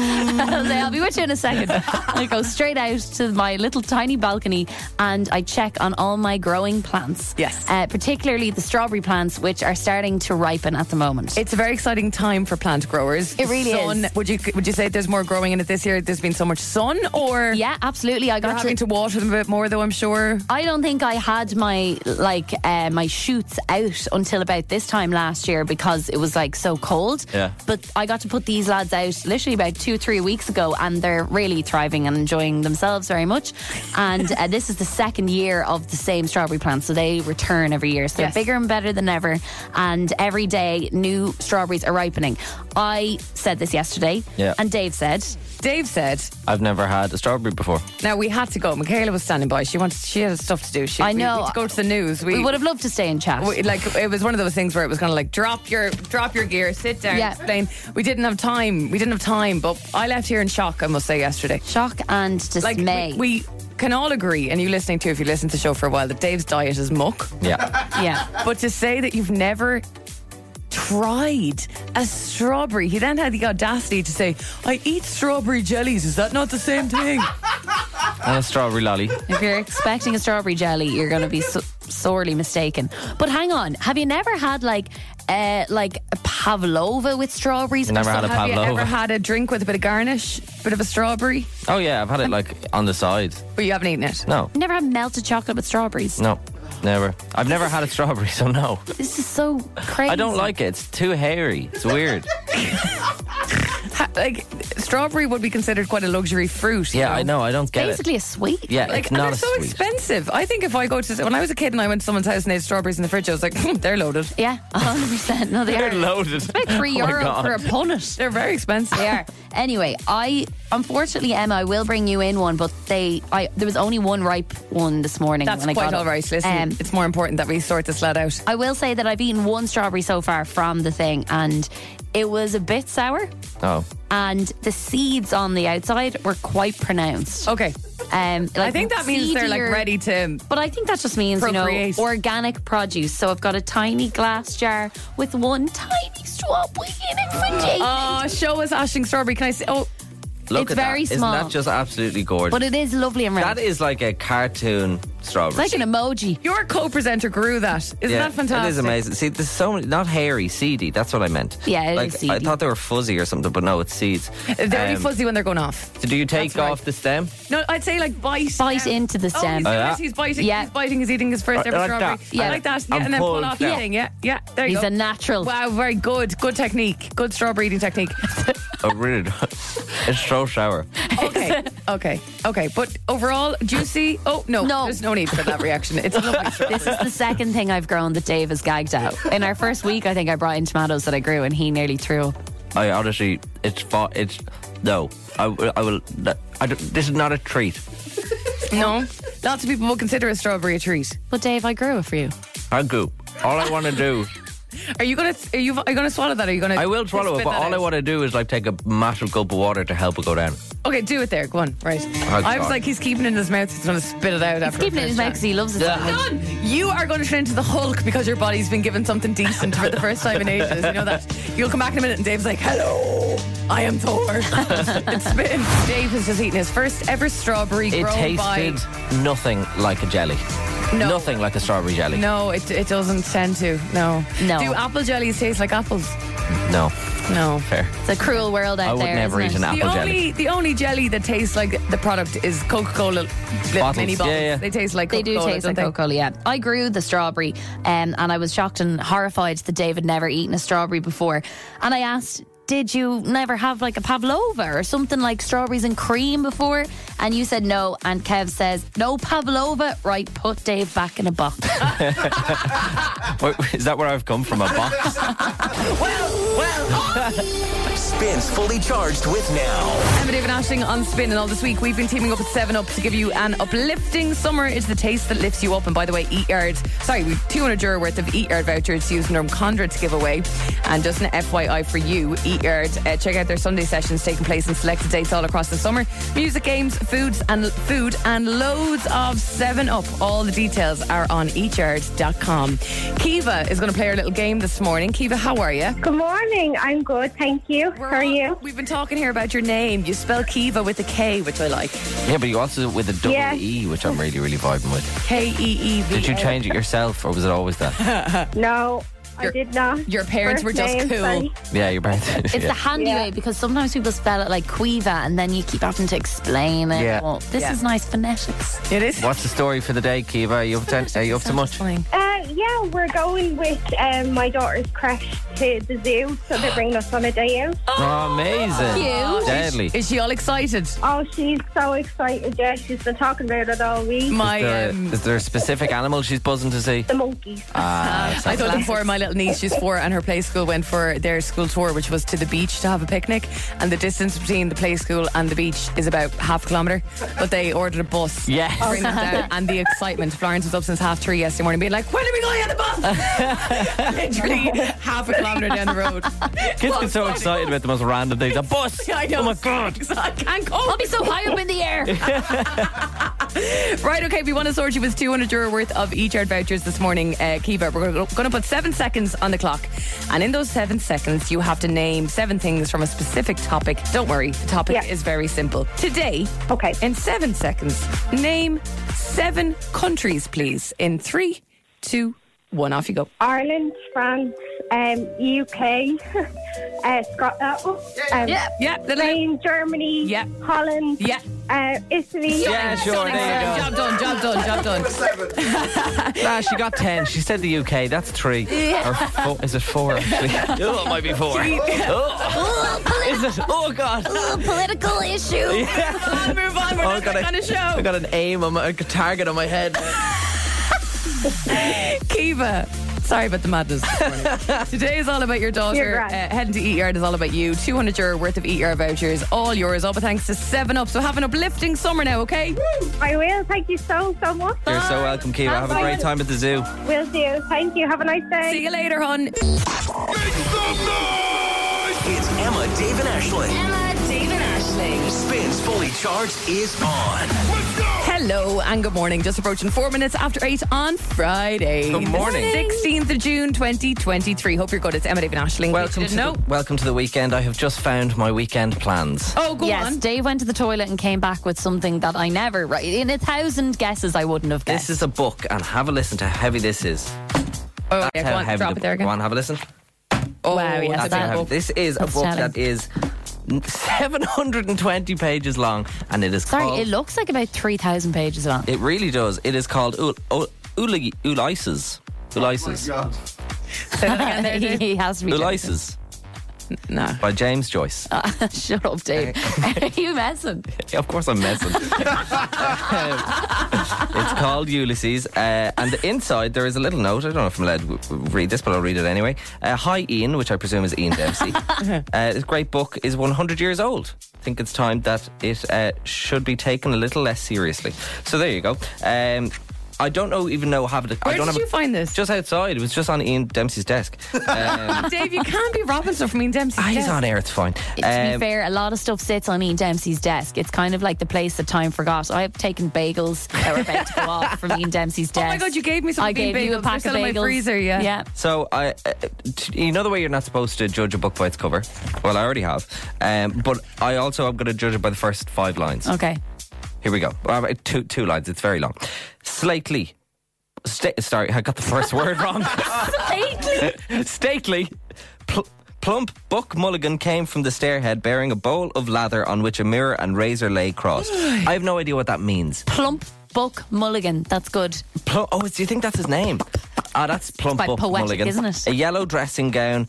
S4: I'll say, I'll be with you in a second. I go straight out to my little tiny balcony and I check on all my growing plants.
S6: Yes.
S4: Uh, particularly the strawberry plants, which are starting to ripen at the moment.
S6: It's a very exciting time for plant growers.
S4: It really
S6: sun,
S4: is.
S6: Would you would you say there's more growing in it this year? There's been so much sun, or
S4: yeah, absolutely. I
S6: you're
S4: got
S6: having to water them a bit more, though. I'm sure.
S4: I don't think I had my like uh, my shoots out until about this time last year because it was like so cold.
S3: Yeah.
S4: But I got to put these lads out literally about two three weeks ago, and they're really thriving and enjoying themselves very much. And uh, this is the second year of the same strawberry plants, so they return every year. So they're
S6: Yes.
S4: bigger and better than ever, and every day new strawberries are ripening. I said this yesterday,
S3: Yeah.
S4: and Dave said
S6: Dave said.
S3: I've never had a strawberry before.
S6: Now we had to go. Michaela was standing by. She wanted. She had stuff to do. She,
S4: I
S6: we-
S4: know.
S6: We, had to go to the news.
S4: we would have loved to stay and chat.
S6: we- like it was one of those things where it was kind of like drop your drop your gear, sit down,
S4: Yeah.
S6: explain. We didn't have time. We didn't have time. But I left here in shock. I must say yesterday.
S4: Shock and
S6: Like
S4: dismay.
S6: we- we, can all agree, and you listening to if you listen to the show for a while, that Dave's diet is muck.
S3: Yeah.
S4: yeah.
S6: But to say that you've never tried a strawberry, he then had the audacity to say, I eat strawberry jellies. Is that not the same thing?
S3: and a strawberry lolly.
S4: If you're expecting a strawberry jelly, you're going to be so- sorely mistaken. But hang on, have you never had like uh, like a pavlova with strawberries?
S3: Never
S4: or
S3: had a
S4: something?
S6: Have you ever
S3: pavlova.
S6: had a drink with a bit of garnish, bit of a strawberry,
S3: Oh yeah, I've had it like on the side.
S6: but you haven't eaten it?
S3: No.
S4: Never had melted chocolate with strawberries.
S3: No. Never. I've never had a strawberry, so no.
S4: This is so crazy.
S3: I don't like it. It's too hairy. It's weird.
S6: Ha- like, strawberry would be considered quite a luxury fruit. you
S3: Yeah, I know. I don't get it.
S4: Basically, a sweet.
S3: Yeah,
S6: Like,
S3: it's
S6: and
S3: not
S6: they're
S3: a
S6: so
S3: sweet.
S6: expensive. I think if I go to, when I was a kid and I went to someone's house and they had strawberries in the fridge, I was like, "Hmm, they're loaded.
S4: Yeah, 100%. No, they are.
S3: They're loaded.
S4: About three
S3: Oh my
S4: euro
S3: God.
S4: for a punnet.
S6: They're very expensive.
S4: They are. Anyway, I unfortunately Emma, I will bring you in one, but they, I there was only one ripe one this morning.
S6: That's
S4: when I
S6: quite
S4: got
S6: all
S4: up.
S6: right. Listen,
S4: Um,
S6: it's more important that we sort this lad out.
S4: I will say that I've eaten one strawberry so far from the thing, and it was a bit sour,
S3: Oh.
S4: and the seeds on the outside were quite pronounced.
S6: Okay.
S4: Um, like
S6: Oh. I think that means they're like
S4: seedier-
S6: ready to
S4: But I think that just means
S6: Procreate.
S4: you know organic produce. So I've got a tiny glass jar with one tiny strawberry in it for Jamie.
S6: Oh, show us Ashing Strawberry. Can I see? Oh,
S3: Look
S4: It's
S3: at
S4: very
S3: that.
S4: small.
S3: Isn't that just absolutely gorgeous?
S4: but it is lovely and round.
S3: that is like a cartoon strawberry.
S4: like an emoji.
S6: your co-presenter grew that. Isn't
S3: Yeah,
S6: that fantastic?
S3: It is amazing. See, there's so many, not hairy, seedy. That's what I meant.
S4: Yeah, it is
S3: like, I
S4: seedy.
S3: thought they were fuzzy or something, but no, it's seeds.
S6: They're only
S3: Um,
S6: fuzzy when they're going off.
S3: So do you take
S6: That's right.
S3: off the stem?
S6: No, I'd say like bite,
S4: Bite into the
S6: Oh, he's,
S4: stem.
S6: doing
S3: yeah.
S6: this, he's biting.
S4: Yeah.
S6: He's biting. He's eating his first
S3: I
S6: ever
S3: like
S6: strawberry.
S3: that.
S4: Yeah.
S6: I like that. Yeah,
S3: I'm
S6: and then
S3: pulled
S6: pull off.
S3: now.
S6: the thing. Yeah, yeah. There you
S4: He's
S6: go.
S4: a natural.
S6: Wow, very good. Good technique. Good strawberry eating technique.
S3: I Oh, really don't. It's so sour.
S6: Okay, okay, okay. But overall, juicy. Oh no,
S4: No.
S6: there's no need for that reaction. It's a lovely strawberry.
S4: This is the second thing I've grown that Dave has gagged out. In our first week, I think I brought in tomatoes that I grew, and he nearly threw up.
S3: I honestly, it's fa- it's no. I, will- I will. I don't- this is not a treat.
S6: no, lots of people will consider a strawberry a treat.
S4: But Dave, I grew it for you.
S3: Thank you. All I want to do,
S6: Are you gonna? Are you, are you gonna swallow that? Are you gonna?
S3: I will swallow it,
S6: spit
S3: but
S6: that
S3: all I
S6: out?
S3: want to do is like take a massive gulp of water to help it go down.
S6: Okay, do it there. Go on. Right. I was
S3: Oh, God.
S6: like, he's keeping it in his mouth. He's going to spit it out after.
S4: Keeping it in his mouth because he loves it. so much.
S6: Done. You are going to turn into the Hulk because your body's been given something decent for the first time in ages. You know that. You'll come back in a minute and Dave's like, hello, I am Thor. it's spitting. Dave has just eaten his first ever strawberry
S3: It
S6: grown
S3: tasted nothing like a jelly.
S6: No.
S3: Nothing like a strawberry jelly.
S6: by. No, it, it doesn't tend to. No.
S4: No.
S6: Do apple jellies taste like apples?
S3: No.
S6: No.
S3: Fair.
S4: It's a cruel world out
S3: I would
S4: there.
S3: never
S4: isn't
S3: eat an
S4: it?
S3: apple
S6: The
S3: jelly.
S6: only, the only jelly that tastes like the product is Coca Cola
S3: Bottles.
S6: mini bottles.
S3: Yeah, yeah.
S6: They taste like
S4: They
S6: Coca
S4: do
S6: Cola.
S4: taste like Coca Cola, yeah. I grew the strawberry um, and I was shocked and horrified that Dave had never eaten a strawberry before. And I asked, Did you never have like a pavlova or something like strawberries and cream before? And you said no. And Kev says, No pavlova. Right, put Dave back in a box.
S3: Wait, is that where I've come from? A box?
S1: Spins fully charged with now.
S6: Emma David Ashling on Spin, and all this week we've been teaming up with Seven Up to give you an uplifting summer. It's the taste that lifts you up. And by the way, Eat Yard, sorry, we've 200 euro worth of Eat Yard vouchers to use Norm Condra to give away. And just an FYI for you, Eat Yard, uh, check out their Sunday sessions taking place in selected dates all across the summer. Music, games, foods, and food, and loads of Seven Up. All the details are on eatyard.com. Kiva is going to play our little game this morning. Kiva, how are you?
S7: Good morning. I'm good, thank you.
S6: We're
S7: How are
S6: all-
S7: you?
S6: We've been talking here about your name. You spell Kiva with a K, which I like.
S3: yeah, but you also do it with a double
S7: Yeah.
S3: E, which I'm really, really vibing with.
S6: K E E V.
S3: Did you change it yourself, or was it always that?
S7: No,
S6: Your-
S7: I did not.
S6: your parents were just cool.
S7: sorry.
S3: Yeah, your parents.
S4: It's
S3: yeah.
S4: the handy
S7: Yeah.
S4: way because sometimes people spell it like Cueva and then you keep having to explain it.
S3: Yeah.
S4: Well, this
S6: Yeah.
S4: is nice phonetics.
S6: It is.
S3: What's the story for the day, Kiva? Are you up to, are you up to much?
S6: Fine.
S7: Uh, yeah, we're going with um, my daughter's crash to the zoo, so they're bringing us on a day out.
S3: Oh, amazing.
S4: Cute.
S3: Deadly.
S6: Is she all excited?
S7: Oh, she's so excited. Yeah, she's been talking about it all week.
S6: My,
S3: Is there,
S6: um,
S3: is there a specific animal she's buzzing to see?
S7: The monkeys.
S3: Ah,
S6: I told them before my little niece, she's four, and her play school went for their school tour, which was to the beach to have a picnic. And the distance between the play school and the beach is about half a kilometre. But they ordered a bus.
S3: Yes.
S6: to bring them down. and the excitement. Florence was up since half three yesterday morning, being like, "When are we going on the bus?" Literally half a kilometre down the road.
S3: Kids get so excited about the most random things. A bus!
S6: I know.
S3: Oh my god!
S6: I can't cope.
S4: I'll be so high up in the air.
S6: Right, okay, we want to sort you with 200 euro worth of e-chart vouchers this morning, uh, Kiva. We're going to put seven seconds on the clock. And in those seven seconds, you have to name seven things from a specific topic. Don't worry, the topic
S7: Yeah.
S6: is very simple. Today,
S7: Okay.
S6: in seven seconds, name seven countries, please. In three, two, one, off you go.
S7: Ireland, France, um, UK, uh, Scotland, oh, um,
S6: Yeah, yeah, the name.
S7: Spain, Germany,
S6: Yeah.
S7: Holland,
S6: Yeah.
S7: uh, Italy.
S3: Yeah, sure, there you go.
S6: Job done, job done, job done.
S3: Nah, Ah, she got 10. She said the UK. That's three. Or four. Is it four, actually? oh, it might be four. Oh. Is it? Oh, God.
S4: Political issue.
S6: Move on, we're
S3: Oh,
S6: not
S3: God, I-
S6: going to show.
S3: I got an aim, on my, a target on my head.
S6: Kiva. Sorry about the madness. this morning. Today is all about your
S7: You're
S6: daughter.
S7: grand.
S6: Uh, heading to Eat Yard is all about you. 200 euro worth of Eat Yard vouchers, all yours, all but thanks to 7 Up. So have an uplifting summer now, okay?
S7: I will. Thank you so, so much.
S3: You're so welcome, Kiva. Have a great time at the zoo.
S7: Will do. Thank you. Have a nice day.
S6: See you later, hon.
S1: It's Emma, Dave, and Ashling.
S2: Emma, Dave, and Ashling.
S1: Spins fully charged is on.
S6: Hello and good morning. Just approaching four minutes after eight on Friday.
S3: Good
S6: the
S3: morning.
S6: 16th of June, 2023. Hope you're good. It's Emma David Ashling.
S3: Welcome to,
S6: no.
S3: the, welcome to the weekend. I have just found my weekend plans.
S6: Oh, go
S4: yes,
S6: on.
S4: Dave went to the toilet and came back with something that I never write. In a thousand guesses, I wouldn't have guessed.
S3: This is a book, and have a listen to how heavy this is.
S6: Oh,
S3: That's
S6: yeah, go
S3: how
S6: on.
S3: heavy
S6: Drop
S3: the-
S6: it there again.
S3: Go on, have a listen.
S6: Oh,
S4: Wow, yes,
S6: that's
S3: That's
S6: a big
S3: how
S4: that-
S3: heavy-
S6: book.
S3: This is a
S4: That's
S3: book
S4: telling.
S3: that is 720 pages long, and it is
S4: Sorry,
S3: called.
S4: it looks like about 3,000 pages long.
S3: It really does. It is called Ul- Ul- Uli- Ulises. Ulises.
S6: Say that again there, Dave.
S4: he has to be.
S3: Ulises
S6: No.
S3: by James Joyce.
S4: joking. Shut up, Dave.
S3: Uh,
S4: Are you messing?
S3: of course, I'm messing. it's called Ulysses, uh, and the inside there is a little note. I don't know if I'm allowed to w- read this, but I'll read it anyway. Uh, Hi, Ian, which I presume is Ian Dempsey. uh, this great book is 100 years old. I think it's time that it uh, should be taken a little less seriously. So there you go. Um, I don't know even know how. to- I
S6: Where
S3: don't
S6: did
S3: have a-
S6: you find this?
S3: Just outside. It was just on Ian Dempsey's desk. Um,
S6: Dave, you can't be robbing stuff from Ian Dempsey.
S3: ah, he's on air. It's fine.
S4: to be
S3: Um,
S4: fair, a lot of stuff sits on Ian Dempsey's desk. It's kind of like the place that time forgot. I have taken bagels that were about to go off from Ian Dempsey's
S6: Oh
S4: desk.
S6: my god, you gave me some
S4: I
S6: bean
S4: gave you a
S6: bagels.
S4: pack
S6: They're
S4: of
S6: still
S4: bagels.
S6: in my freezer, yeah.
S4: Yeah.
S3: So, I, uh, t- you know the way you're not supposed to judge a book by its cover. Well, I already have, um, but I also am going to judge it by the first five lines.
S4: Okay.
S3: Here we go. Uh, two two lines. It's very long. Slightly. Sta- sorry, I got the first word wrong.
S4: Lately.
S3: Stately. Pl- Plump Buck Mulligan came from the stairhead bearing a bowl of lather on which a mirror and razor lay crossed. I have no idea what that means.
S4: Plump Buck Mulligan. That's good.
S3: Plum- oh, do you think that's his name? Ah, that's Plump
S4: quite
S3: Buck
S4: poetic,
S3: Mulligan.
S4: isn't it?
S3: A yellow dressing gown.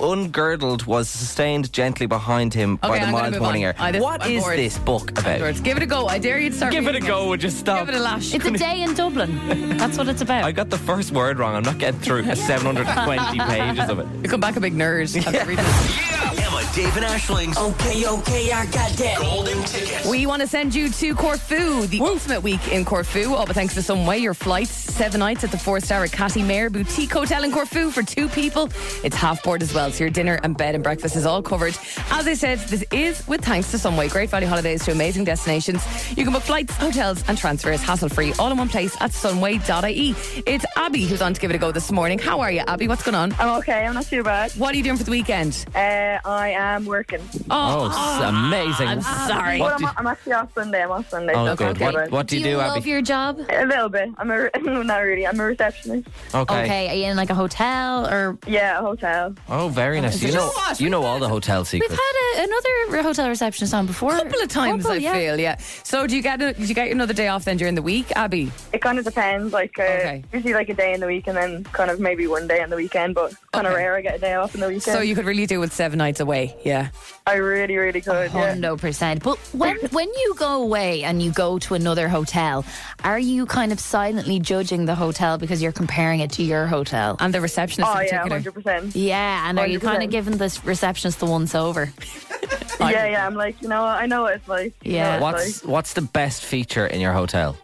S3: Ungirdled was sustained gently behind him by
S6: Okay,
S3: the
S6: I'm gonna
S3: mild
S6: move
S3: morning
S6: on.
S3: air.
S6: I- this-
S3: what
S6: I'm
S3: is
S6: bored.
S3: this book about?
S6: George, give it a go. I dare you to start.
S3: Give it a
S6: reading
S3: go, would you stop?
S6: Give it a lash.
S4: It's a day in Dublin. That's what it's about.
S3: I got the first word wrong. I'm not getting through 720 pages of it.
S6: You come back a big nerd. after reading it.
S1: Emma, Dave, and Ashling's
S8: Okay, okay, I got that.
S1: Golden Ticket.
S6: We want to send you to Corfu, the ultimate week in Corfu. All but thanks to some way your flights, seven nights at the four star at Catty Mare Boutique Hotel in Corfu for two people. It's half board as well, so your dinner and bed and breakfast is all covered. As I said, this is with thanks to Sunway. Great value holidays to amazing destinations. You can book flights, hotels, and transfers hassle free, all in one place at sunway.ie. It's Abby who's on to give it a go this morning. How are you, Abby? What's going on?
S9: I'm okay. I'm not too bad.
S6: What are you doing for the weekend?
S9: Uh, I am working.
S3: Oh, s- amazing.
S4: I'm sorry.
S3: What
S9: But I'm,
S3: do you-
S9: I'm actually off Sunday. I'm off Sunday.
S3: oh,
S9: so
S3: good.
S9: it's not
S3: What,
S9: bad.
S3: what do you do,
S4: love
S3: Abby?
S4: your job?
S9: A little bit. I'm a not really. I'm a receptionist.
S3: Okay.
S4: Okay, are you in like a hotel or
S9: Yeah, a hotel.
S3: Oh, very nice. You
S6: you know
S3: know,
S6: what?
S3: you know all the hotel
S4: we've
S3: secrets.
S4: had a, another re- hotel receptionist on before?
S6: A couple of times
S4: Couple,
S6: I
S4: yeah.
S6: feel, yeah. So do you get a, do you get another day off then during the week, Abby?
S9: It kind of depends. Like uh,
S6: Okay.
S9: usually like a day in the week, and then kind of maybe one day on the weekend. But kind of
S6: Okay.
S9: rare I get a day off in the weekend.
S6: So you could really do with seven nights away. Yeah.
S9: I really, really could.
S3: Oh,
S9: yeah.
S4: Hundred percent. But when when you go away and you go to another hotel, are you kind of silently judging the hotel because you're comparing it to your hotel?
S6: And the receptionist
S9: Oh
S6: in
S9: yeah,
S6: particular.
S9: hundred percent.
S4: Uh, Yeah, and are you kind of
S9: 100%.
S4: giving this receptionist the once over?
S9: Yeah, yeah. I'm like, you know, what? I know what it's like. You know
S4: Yeah.
S9: what it's
S3: What's what's the best feature in your hotel?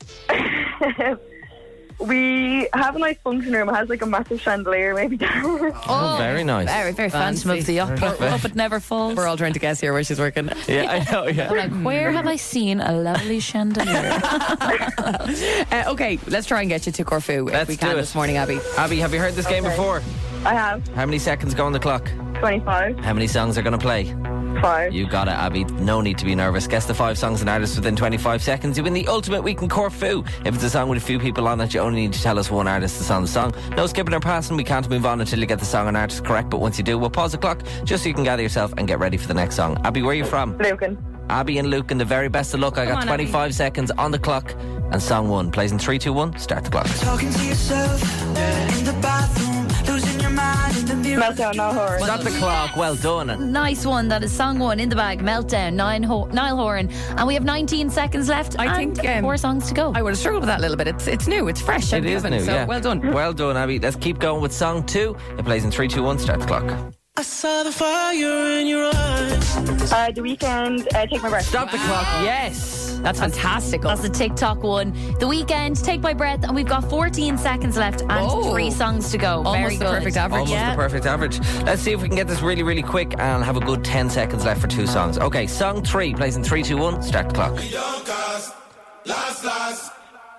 S9: like. we have a nice function room. It has like a massive chandelier, maybe.
S3: Oh, very nice.
S4: Very, very
S6: Fancy.
S4: phantom of the upper, up it never falls.
S6: We're all trying to guess here where she's working. Uh,
S3: yeah, I know. Yeah.
S4: Like, where have I seen a lovely chandelier?
S6: Uh, okay, let's try and get you to Corfu
S3: Let's
S6: if we can
S3: do it.
S6: this morning, Abby.
S3: Abby, have you heard this game before?
S9: I have
S3: How many seconds go on the clock?
S9: 25,
S3: How many songs are going to play?
S9: 5.
S3: You got it, Abby. No need to be nervous. Guess the five songs and artists within 25 seconds. You win the ultimate week in Corfu. If it's a song with a few people on it, you only need to tell us one artist that's on the song. No skipping or passing. We can't move on until you get the song and artist correct. But once you do, we'll pause the clock just so you can gather yourself and get ready for the next song. Abby, where are you from?
S9: Lucan.
S3: Abby and Luke, and the very best of luck. I got
S6: on,
S3: 25 seconds on the clock. And song one plays in three, two, one. Start the clock.
S8: Talking to yourself in the bathroom, losing your mind in the mirror.
S9: Meltdown, no horror.
S3: Stop the clock. Well done.
S4: nice one. That is song one in the bag. Meltdown. Nine ho- Nile Horan, and we have 19 seconds left.
S6: I
S4: and
S6: think, um,
S4: four songs to go.
S6: I would have struggled with that a little bit. It's it's new, it's fresh.
S3: It is new.
S6: so
S3: yeah.
S6: Well done.
S3: Well done, Abby. Let's keep going with song two. It plays in three, two, one. Start the clock.
S8: I saw the fire in your eyes.
S9: Uh, the weekend, uh, take my breath.
S3: Stop the clock. Yes.
S6: That's fantastic.
S4: That's the TikTok one. The weekend, take my breath, and we've got 14 seconds left and
S6: Oh.
S4: three songs to go.
S6: Almost
S4: Very
S6: the
S4: good.
S6: perfect average.
S3: Almost
S4: Yeah.
S3: the perfect average. Let's see if we can get this really, really quick and have a good 10 seconds left for two songs. Okay, song three plays in three, two, one. Start the clock.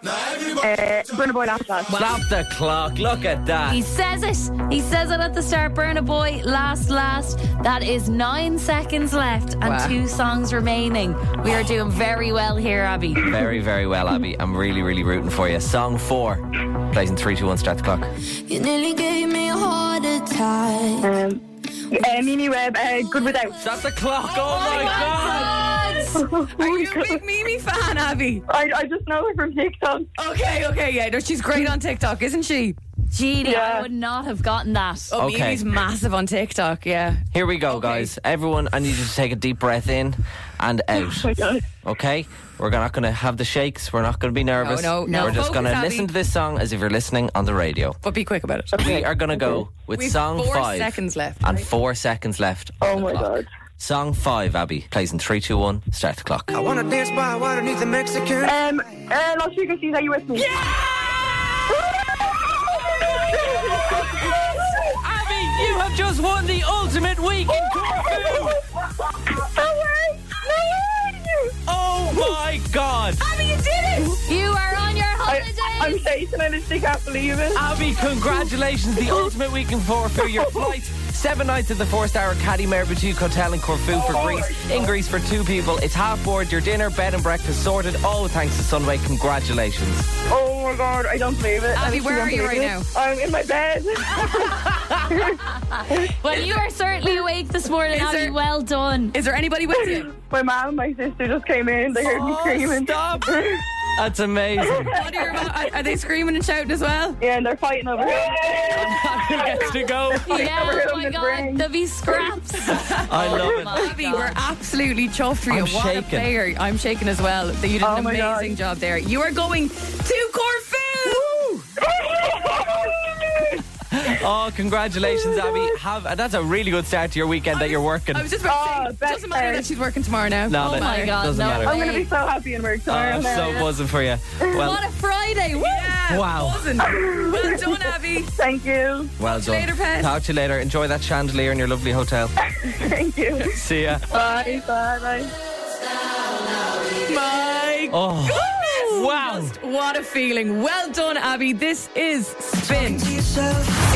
S9: Uh, Burner Boy Last Lash.
S3: Stop the clock. Look at that.
S4: He says it. He says it at the start. Burn a boy, last, last. That is nine seconds left and
S6: Wow.
S4: two songs remaining. We are doing very well here, Abby.
S3: Very, very well, Abby. I'm really, really rooting for you. Song four plays in three, two, one. Start the clock.
S10: You nearly gave me a heart attack.
S9: Um, uh, Mimi Webb, uh, Good Without.
S3: Stop the clock. Oh, my God.
S6: Are you a big Mimi fan, Abby?
S9: I, I just know her from TikTok. Oh
S6: Okay, okay, yeah. No, she's great on TikTok, isn't she?
S4: Jeannie, I
S9: Yeah.
S4: would not have gotten that.
S6: Oh,
S3: Okay.
S6: Mimi's massive on TikTok, yeah.
S3: Here we go, guys. Everyone, I need you to take a deep breath in and out.
S9: Oh my God.
S3: Okay, we're not going to have the shakes. We're not going to be nervous.
S6: no, no.
S3: We're just
S6: Focus,
S3: going to
S6: Abby.
S3: listen to this song as if you're listening on the radio.
S6: But be quick about it.
S3: We are going to go with
S6: We've
S3: song
S6: four
S3: five.
S6: seconds left.
S3: And four seconds left.
S9: Oh
S3: on the
S9: my
S3: clock.
S9: God.
S3: Song five, Abby, plays in three, two, one. Start the clock.
S8: I wanna dance by water beneath the Mexican.
S9: Um, uh, Lost Frequencies, are you with me? Yeah!
S3: Abby, you have just won the ultimate week in Corfu. Oh my God,
S4: You are on your holidays.
S9: I'm
S3: Uh,
S9: shaking, I literally can't believe it.
S3: Abby! Congratulations, the ultimate week in Corfu. Your flights,
S11: Seven nights at the four star Caddy Mare Boutique Hotel in Corfu for Greece. In Greece for two people. It's half board, your dinner, bed and breakfast sorted. All thanks to Sunway. Congratulations.
S9: Oh my god, I don't believe it.
S4: Abby, where are you right now?
S9: I'm in my bed.
S4: well, you are certainly awake this morning, Abby. well done.
S6: Is there anybody with you?
S9: my mom and my sister just came in. They heard me
S6: Oh,
S9: screaming.
S11: Stop! That's amazing.
S6: What are, your mom- are- are they screaming and shouting as well?
S9: Yeah, and they're fighting over it.
S11: Gets to go.
S4: Yeah, oh my god, there'll be scraps.
S11: I love it.
S4: my
S6: Abby,
S4: God.
S6: we're absolutely chuffed for you.
S11: I'm
S6: what a
S11: shaking.
S6: player. I'm shaking as well. You did
S9: Oh
S6: an
S9: my God.
S6: amazing job there. You are going to Corfu!
S11: Oh, congratulations, Abby. Have uh, that's a really good start to your weekend that you're working.
S6: I was just about
S9: Oh,
S6: to say,
S9: best
S6: doesn't matter
S9: player.
S6: that she's working tomorrow now.
S11: No,
S4: Oh
S11: that
S4: my god,
S11: doesn't
S4: no
S11: matter.
S9: I'm gonna
S4: way.
S9: be so happy in work
S11: Oh,
S9: tomorrow.
S11: I'm so buzzing for you. Well,
S4: What a Friday! Woo!
S6: Yeah,
S11: Wow.
S6: buzzing. Well done, Abby.
S9: Thank you.
S11: well
S6: you
S11: done.
S6: later, Pat.
S11: Talk to you later. Enjoy that chandelier in your lovely hotel.
S9: Thank you.
S11: See ya.
S9: Bye. Bye. Bye.
S6: My
S11: Oh, wow.
S6: Just what a feeling. Well done, Abby. This is Spin.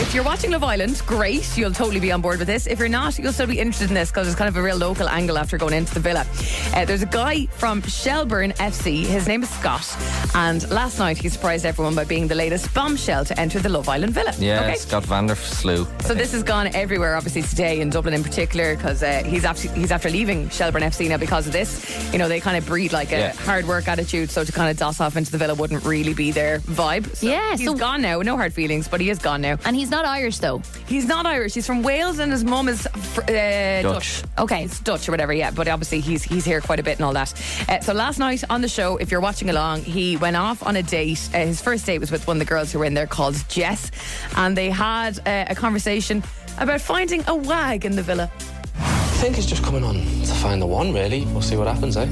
S6: If you're watching Love Island, great. You'll totally be on board with this. If you're not, you'll still be interested in this because it's kind of a real local angle after going into the villa. Uh, there's a guy from Shelburne FC. His name is Scott. And last night, he surprised everyone by being the latest bombshell to enter the Love Island villa.
S11: Yeah,
S6: Okay?
S11: Scott Vanderflew.
S6: So this has gone everywhere, obviously today in Dublin in particular, because uh, he's after he's after leaving Shelburne FC now because of this. You know they kind of breed like a
S11: Yeah.
S6: hard work attitude, so to kind of doss off into the villa wouldn't really be their vibe. So
S4: Yeah,
S6: he's
S4: so-
S6: gone now. No hard feelings, but he is gone now.
S4: And he's not Irish though.
S6: He's not Irish. He's from Wales, and his mum is fr- uh, Dutch.
S4: Okay.
S6: It's Dutch or whatever, yeah. But obviously, he's he's here quite a bit and all that. Uh, so last night on the show, if you're watching along, he went off on a date. Uh, his first date was with one of the girls who were in there called Jess, and they had uh, a conversation about finding a wag in the villa.
S12: I think he's just coming on to find the one, really. We'll see what happens, eh?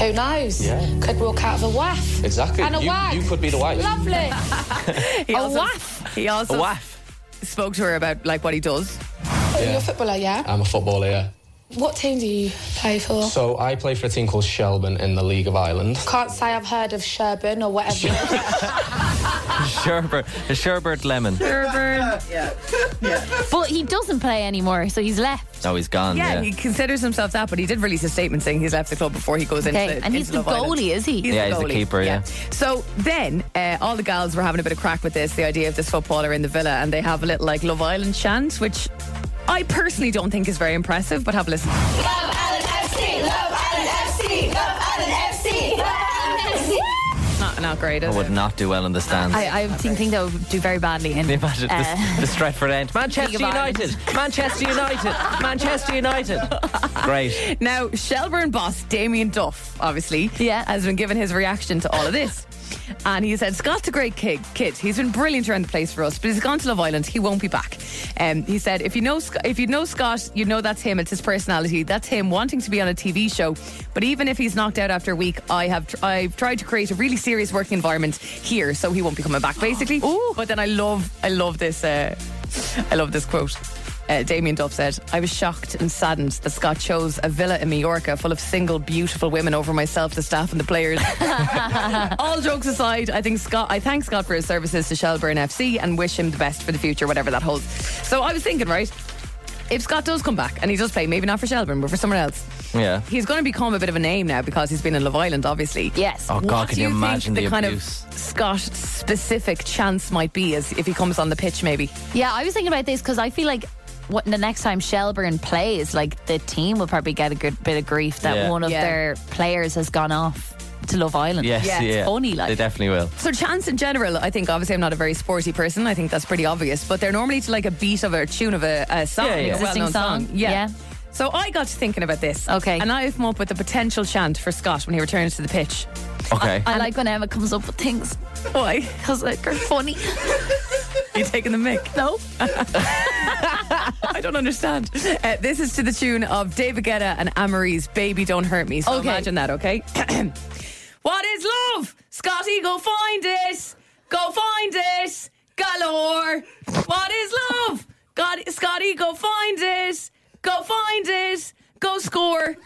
S13: Who knows?
S12: Yeah.
S13: Could walk out of a waff.
S12: Exactly.
S13: And a
S12: you,
S13: wag.
S12: you could be the wife.
S13: Lovely.
S6: He
S13: a
S6: also-
S13: waff.
S6: He also
S11: Waff.
S6: spoke to her about like what he does.
S13: You're a footballer, yeah?
S12: I'm a footballer, yeah.
S13: What team do you play for?
S12: So I play for a team called Shelburne in the League of Ireland.
S13: Can't say I've heard of Sherburn or whatever.
S11: Sherbert, the Sherbert Lemon.
S4: But he doesn't play anymore, so he's left.
S11: Oh, he's gone.
S6: Yeah,
S11: Yeah,
S6: he considers himself that, but he did release a statement saying he's left the club before he goes into
S4: Okay,
S6: into
S4: and he's the
S6: Love Island.
S4: goalie, is he?
S11: Yeah, he's the keeper, yeah.
S6: So then uh, all the gals were having a bit of crack with this, the idea of this footballer in the villa, and they have a little like Love Island chant, which I personally don't think is very impressive, but have a listen.
S10: Love Island FC, Love Island FC, Love Island FC, Love Island FC.
S6: Not, not great, is
S11: would
S6: it?
S11: not do well in the stands.
S4: I, I think, think that would do very badly in.
S11: Imagine the-
S4: uh,
S11: the, Stratford end. Manchester
S4: League of
S11: United. Manchester United. Manchester United. Great.
S6: Now, Shelburne boss Damien Duff, obviously,
S4: Yeah.
S6: has been given his reaction to all of this. And he said, Scott's a great kid. kid. He's been brilliant around the place for us, but he's gone to Love Island. He won't be back. Um, he said, if you know Sc- if you know Scott, you know that's him. It's his personality. That's him wanting to be on a TV show. But even if he's knocked out after a week, I have tr- I've tried to create a really serious working environment here, so he won't be coming back, basically. But then I love I love this uh, I love this quote. Uh, Damien Duff said, I was shocked and saddened that Scott chose a villa in Mallorca full of single, beautiful women over myself, the staff, and the players. All jokes aside, I think Scott. I thank Scott for his services to Shelburne FC and wish him the best for the future, whatever that holds. So I was thinking, right, if Scott does come back and he does play, maybe not for Shelburne, but for someone else,
S11: Yeah.
S6: he's going to become a bit of a name now because he's been in Love Island, obviously.
S4: yes.
S11: Oh, God,
S6: What
S11: can
S6: do
S11: you,
S6: think
S11: imagine the,
S6: the kind of
S11: abuse?
S6: Scott specific chance might be as if he comes on the pitch, maybe?
S4: Yeah, I was thinking about this because I feel like what the next time Shelburne plays, like the team will probably get a good bit of grief that
S11: Yeah.
S4: one of
S6: Yeah.
S4: their players has gone off to Love Island.
S11: Yes, yeah.
S6: Yeah, it's
S4: funny, like.
S11: They definitely will.
S6: So chance in general, I think obviously I'm not a very sporty person. I think that's pretty obvious. But they're normally to like a beat of a tune of a, a song,
S11: Yeah, yeah.
S6: a
S4: Existing
S6: well-known
S4: song,
S6: Yeah.
S4: yeah.
S6: So I got to thinking about this.
S4: Okay.
S6: And I've come up with a potential chant for Scott when he returns to the pitch.
S11: Okay.
S4: I like when Emma comes up with things
S6: Why?
S4: because like are funny.
S6: Are you taking the mic?
S4: No,
S6: I don't understand. Uh, this is to the tune of David Guetta and Amory's "Baby Don't Hurt Me." So
S4: Okay.
S6: imagine that, okay? what is love, Scotty? Go find it. Go find it, galore. What is love, God, Scotty? Go find it. Go find it. Go score.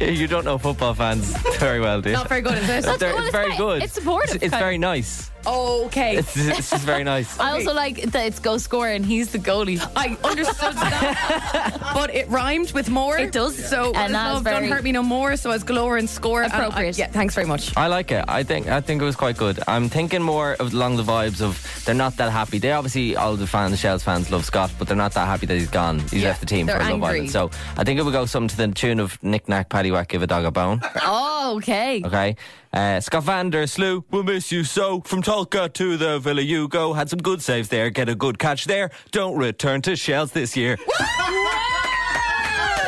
S3: you don't know football fans very well, do you?
S6: Not very good, is it?
S3: They're-
S6: That's- well,
S3: it's
S6: it's
S3: very
S6: fine.
S3: good.
S6: It's supportive,
S3: It's, it's
S6: kind
S3: very
S6: of.
S3: nice.
S6: Okay.
S3: It's, it's just very nice.
S4: I also like that it's go score and he's the goalie.
S6: I understood that, but it rhymed with more. It does. So
S4: And
S6: and
S4: that is
S6: love
S4: very-
S6: don't hurt me no more. So as galore and score and I-
S4: Appropriate.
S6: yeah, thanks very much.
S3: I like it. I think I think it was quite good. I'm thinking more of along the vibes of they're not that happy. They obviously all the fans, the Shells fans, love Scott, but they're not that happy that he's gone. He's
S6: Yeah,
S3: left the team for
S6: they're
S3: Love
S6: angry.
S3: Island. So I think it would go something to the tune of knick knack paddywhack, give a dog a bone.
S4: Oh, okay.
S3: Okay. Uh, Scott van der Slough, we'll miss you so. From Tolka to the Villa you go. Had some good saves there. Get a good catch there. Don't return to Shells this year.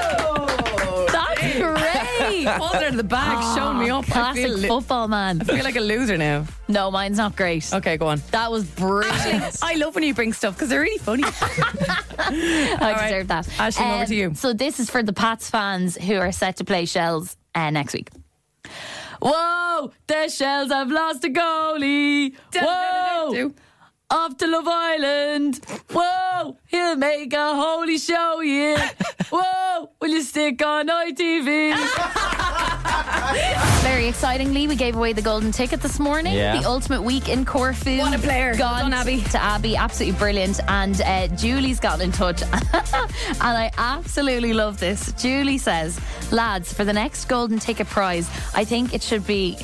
S4: That's great.
S6: Pulled out of the bag, showed me up. I
S4: Classic
S6: feel li-
S4: football man.
S6: I feel like a loser now.
S4: No, mine's not great.
S6: Okay, go on.
S4: That was brilliant.
S6: I love when you bring stuff because they're really funny.
S4: I deserve that. Um,
S6: Ashling, over to you.
S4: So this is for the Pats fans who are set to play Shells uh, next week. Whoa, the Shells have lost a goalie. Whoa. Off to Love Island. Whoa, he'll make a holy show, yeah. Whoa, will you stick on ITV? Very excitingly, we gave away the golden ticket this morning.
S3: Yeah.
S4: The ultimate week in Corfu.
S6: What a player.
S4: Gone
S6: Well done, Abby.
S4: to Abby. Absolutely brilliant. And uh, Julie's got in touch. and I absolutely love this. Julie says, lads, for the next golden ticket prize, I think it should be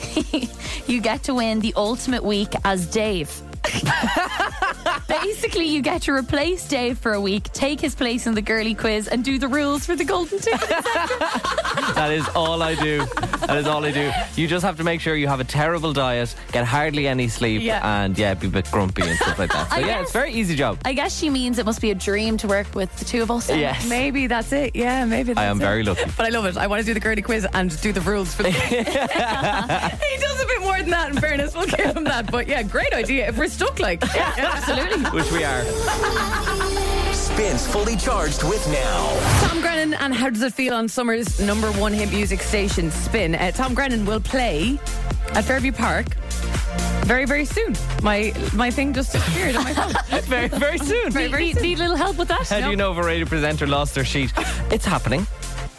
S4: you get to win the ultimate week as Dave. Basically, you get to replace Dave for a week, take his place in the girly quiz, and do the rules for the golden ticket.
S3: That is all I do. That is all I do. You just have to make sure you have a terrible diet, get hardly any sleep,
S4: Yeah.
S3: and yeah, be a bit grumpy and stuff like that. So
S4: I
S3: yeah,
S4: guess-
S3: it's a very easy job.
S4: I guess she means it must be a dream to work with the two of us.
S3: Yes.
S6: Maybe that's it. Yeah, maybe. That's
S3: I am
S6: it.
S3: very lucky.
S6: But I love it. I want to do the girly quiz and do the rules for the. he does a bit more than that. In fairness, we'll give him that. But yeah, great idea. If we're stuck, like yeah, absolutely.
S3: Which we are.
S1: Spins fully charged with now.
S6: Tom Grennan and how does it feel on summer's number one hit music station, Spin? Uh, Tom Grennan will play at Fairview Park very, very soon. My my thing just disappeared on my phone.
S3: Very, very soon.
S6: very, very
S4: Need,
S6: soon.
S4: need a little help with that?
S3: How do you know if a radio presenter lost their sheet? It's happening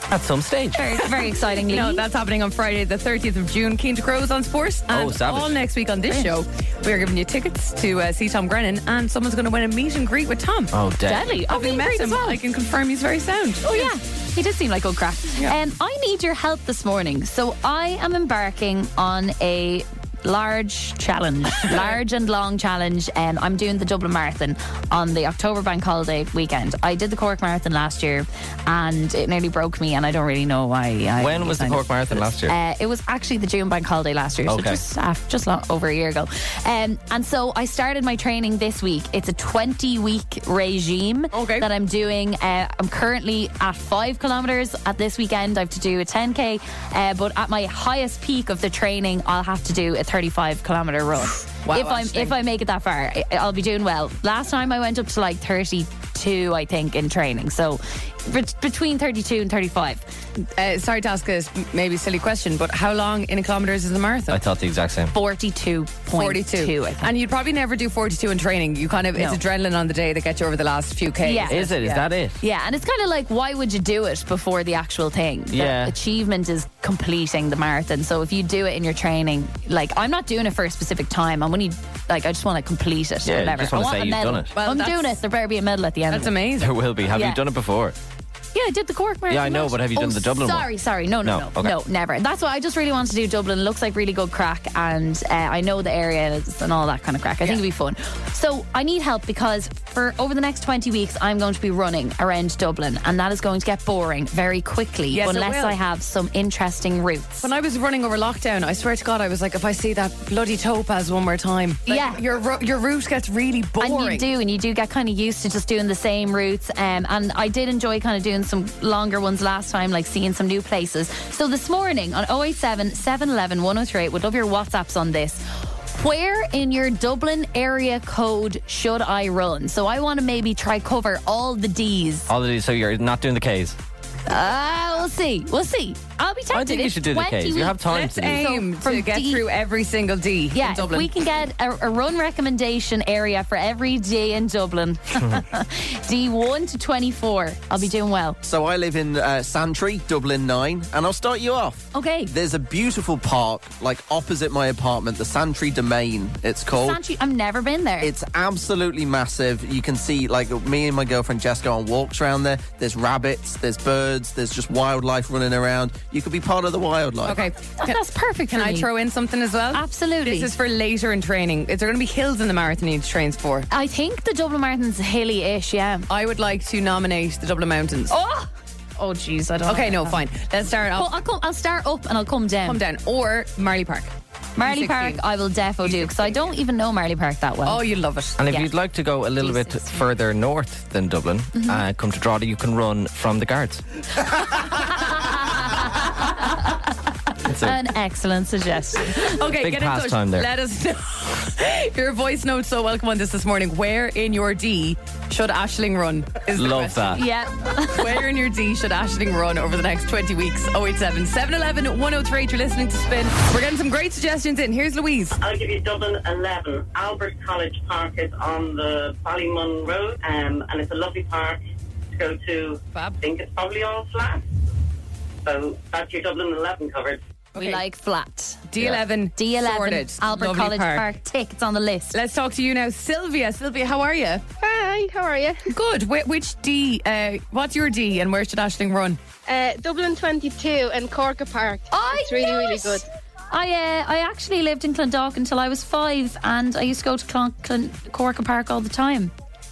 S3: at some stage.
S4: Very, very excitingly.
S6: No, that's happening on Friday, the 30th of June. Keen to Crows on Sports. And
S3: Oh, savage.
S6: all next week on this show, we're giving you tickets to uh, see Tom Grennan, and someone's going to win a meet and greet with Tom.
S3: Oh, dead.
S4: Deadly.
S6: Having
S4: I've
S6: met
S4: met
S6: him,
S4: as well.
S6: I can confirm he's very sound.
S4: Oh yeah, he did seem like old crack. Um, I need your help this morning. So I am embarking on a large challenge, large and long challenge. Um, I'm doing the Dublin Marathon on the October Bank Holiday weekend. I did the Cork Marathon last year, and it nearly broke me, and I don't really know why. I
S3: When was the
S4: signed up
S3: Cork Marathon
S4: for this.
S3: last year?
S4: Uh, it was actually the June Bank Holiday last year,
S3: Okay.
S4: so just af- just lo- over a year ago. Um, and so I started my training this week. It's a 20 week regime
S6: Okay.
S4: that I'm doing. Uh, I'm currently at five kilometers. At this weekend, I have to do a 10k. Uh, but at my highest peak of the training, I'll have to do a 35 kilometer run.
S6: Wow,
S4: if I'm
S6: Ashling.
S4: if I make it that far, I- I'll be doing well. Last time I went up to like 32, I think, in training. So bet- between 32 and 35.
S6: Uh, sorry to ask a maybe silly question, but how long in kilometres is the marathon?
S3: I thought the exact same.
S4: 42.2 I think.
S6: And you'd probably never do 42 in training. You kind of,
S4: No.
S6: it's adrenaline on the day that gets you over the last few Ks.
S4: Yeah.
S3: Is it? Is that it?
S4: Yeah, and it's kind of like, why would you do it before the actual thing? The
S3: Yeah.
S4: achievement is completing the marathon. So if you do it in your training, like I'm not doing it for a specific time. I'm only like I just want to complete it.
S3: Yeah,
S4: or
S3: you
S4: whatever.
S3: just
S4: I
S3: wanna
S4: want
S3: say
S4: a
S3: you've
S4: medal.
S3: done it.
S6: Well,
S4: I'm
S6: that's-
S4: doing it. There better be a medal at the end.
S6: That's
S4: of it.
S6: amazing.
S3: There will be. Have you
S4: Yeah.
S3: done it before?
S4: Yeah, I did the Cork Marathon.
S3: Yeah, I know,
S4: last-
S3: but have you done
S4: Oh,
S3: the Dublin one?
S4: Sorry, sorry. No, no,
S3: No,
S4: no.
S3: okay.
S4: No, never. That's why I just really want to do Dublin. It looks like really good crack, and uh, I know the areas and all that kind of crack. I think it'd be fun. So I need help because for over the next 20 weeks, I'm going to be running around Dublin, and that is going to get boring very quickly
S6: Yes, it
S4: unless
S6: will.
S4: I have some interesting routes.
S6: When I was running over lockdown, I swear to God, I was like, if I see that bloody topaz one more time, like,
S4: Yeah.
S6: your ro- your route gets really boring.
S4: And you do, and you do get kind of used to just doing the same routes. Um, and I did enjoy kind of doing some longer ones last time, like seeing some new places. So this morning on 087 711 1038, would love your WhatsApps on this. Where in your Dublin area code should I run? So I want to maybe try cover all the D's.
S3: All the so you're not doing the K's.
S4: Uh, we'll see. We'll see. I'll be tempted.
S3: I think you
S4: It's
S3: should do the
S4: 20
S3: case. You have
S4: weeks.
S3: time
S6: Let's
S3: to do it.
S6: aim
S4: So
S6: to
S4: from
S6: get
S4: D-
S6: through every single D
S4: Yeah,
S6: in
S4: if
S6: Dublin.
S4: we can get a, a run recommendation area for every day in Dublin, D1 to 24, I'll be doing well.
S5: So I live in uh, Santry, Dublin 9, and I'll start you off.
S4: Okay.
S5: There's a beautiful park, like opposite my apartment, the Santry Domain, it's called.
S4: Santry, I've never been there.
S5: It's absolutely massive. You can see, like, me and my girlfriend Jess go on walks around there. There's rabbits, there's birds, there's just wildlife running around. You could be part of the wildlife.
S6: Okay. Can-
S4: Oh, That's perfect
S6: Can
S4: for
S6: I
S4: me.
S6: throw in something as well?
S4: Absolutely.
S6: This is for later in training. Is there going to be hills in the marathon you need to train for?
S4: I think the Dublin Marathon's hilly ish, yeah.
S6: I would like to nominate the Dublin Mountains.
S4: Oh! Oh, jeez, I don't
S6: okay,
S4: know.
S6: no, fine. Let's start
S4: Well,
S6: off.
S4: I'll, come, I'll start up and I'll come down.
S6: Come down. Or Marley Park.
S4: Marley
S6: 16.
S4: Park, I will defo do because I don't even know Marley Park that well.
S6: Oh, you love it.
S3: And if
S4: Yeah.
S3: you'd like to go a little bit
S4: Jesus.
S3: further north than Dublin, uh, come to Drogheda, you can run from the guards. It's a
S4: An excellent suggestion.
S6: Okay,
S3: Big
S6: get in touch.
S3: pastime there.
S6: Let us know. Your voice note so welcome on this this morning. Where in your D should Ashling run? Is the
S3: love that.
S6: question.
S4: yeah.
S6: Where in your D should Ashling run over the next 20 weeks? 087 711 103. You're listening to Spin. We're getting some great suggestions in. Here's Louise.
S14: I'll give you Dublin 11. Albert College Park is on the Ballymun Road, um, and it's a lovely park to go to. I think it's probably all flat. So that's your Dublin 11 covered.
S4: We like flat.
S6: D11.
S4: D11,
S6: Sorted.
S4: Albert
S6: Lovely
S4: College Park. Tick, it's on the list.
S6: Let's talk to you now, Sylvia. Sylvia, how are you?
S15: Hi, how are you?
S6: Good. Wh- which D? Uh, what's your D and where should Ashling run?
S15: Uh, Dublin 22 and Corker Park.
S4: I
S15: it's really,
S4: know
S15: really
S4: it.
S15: good.
S4: I uh, I actually lived in Clondalk until I was five, and I used to go to Clon- Clon- Cork Park all the time.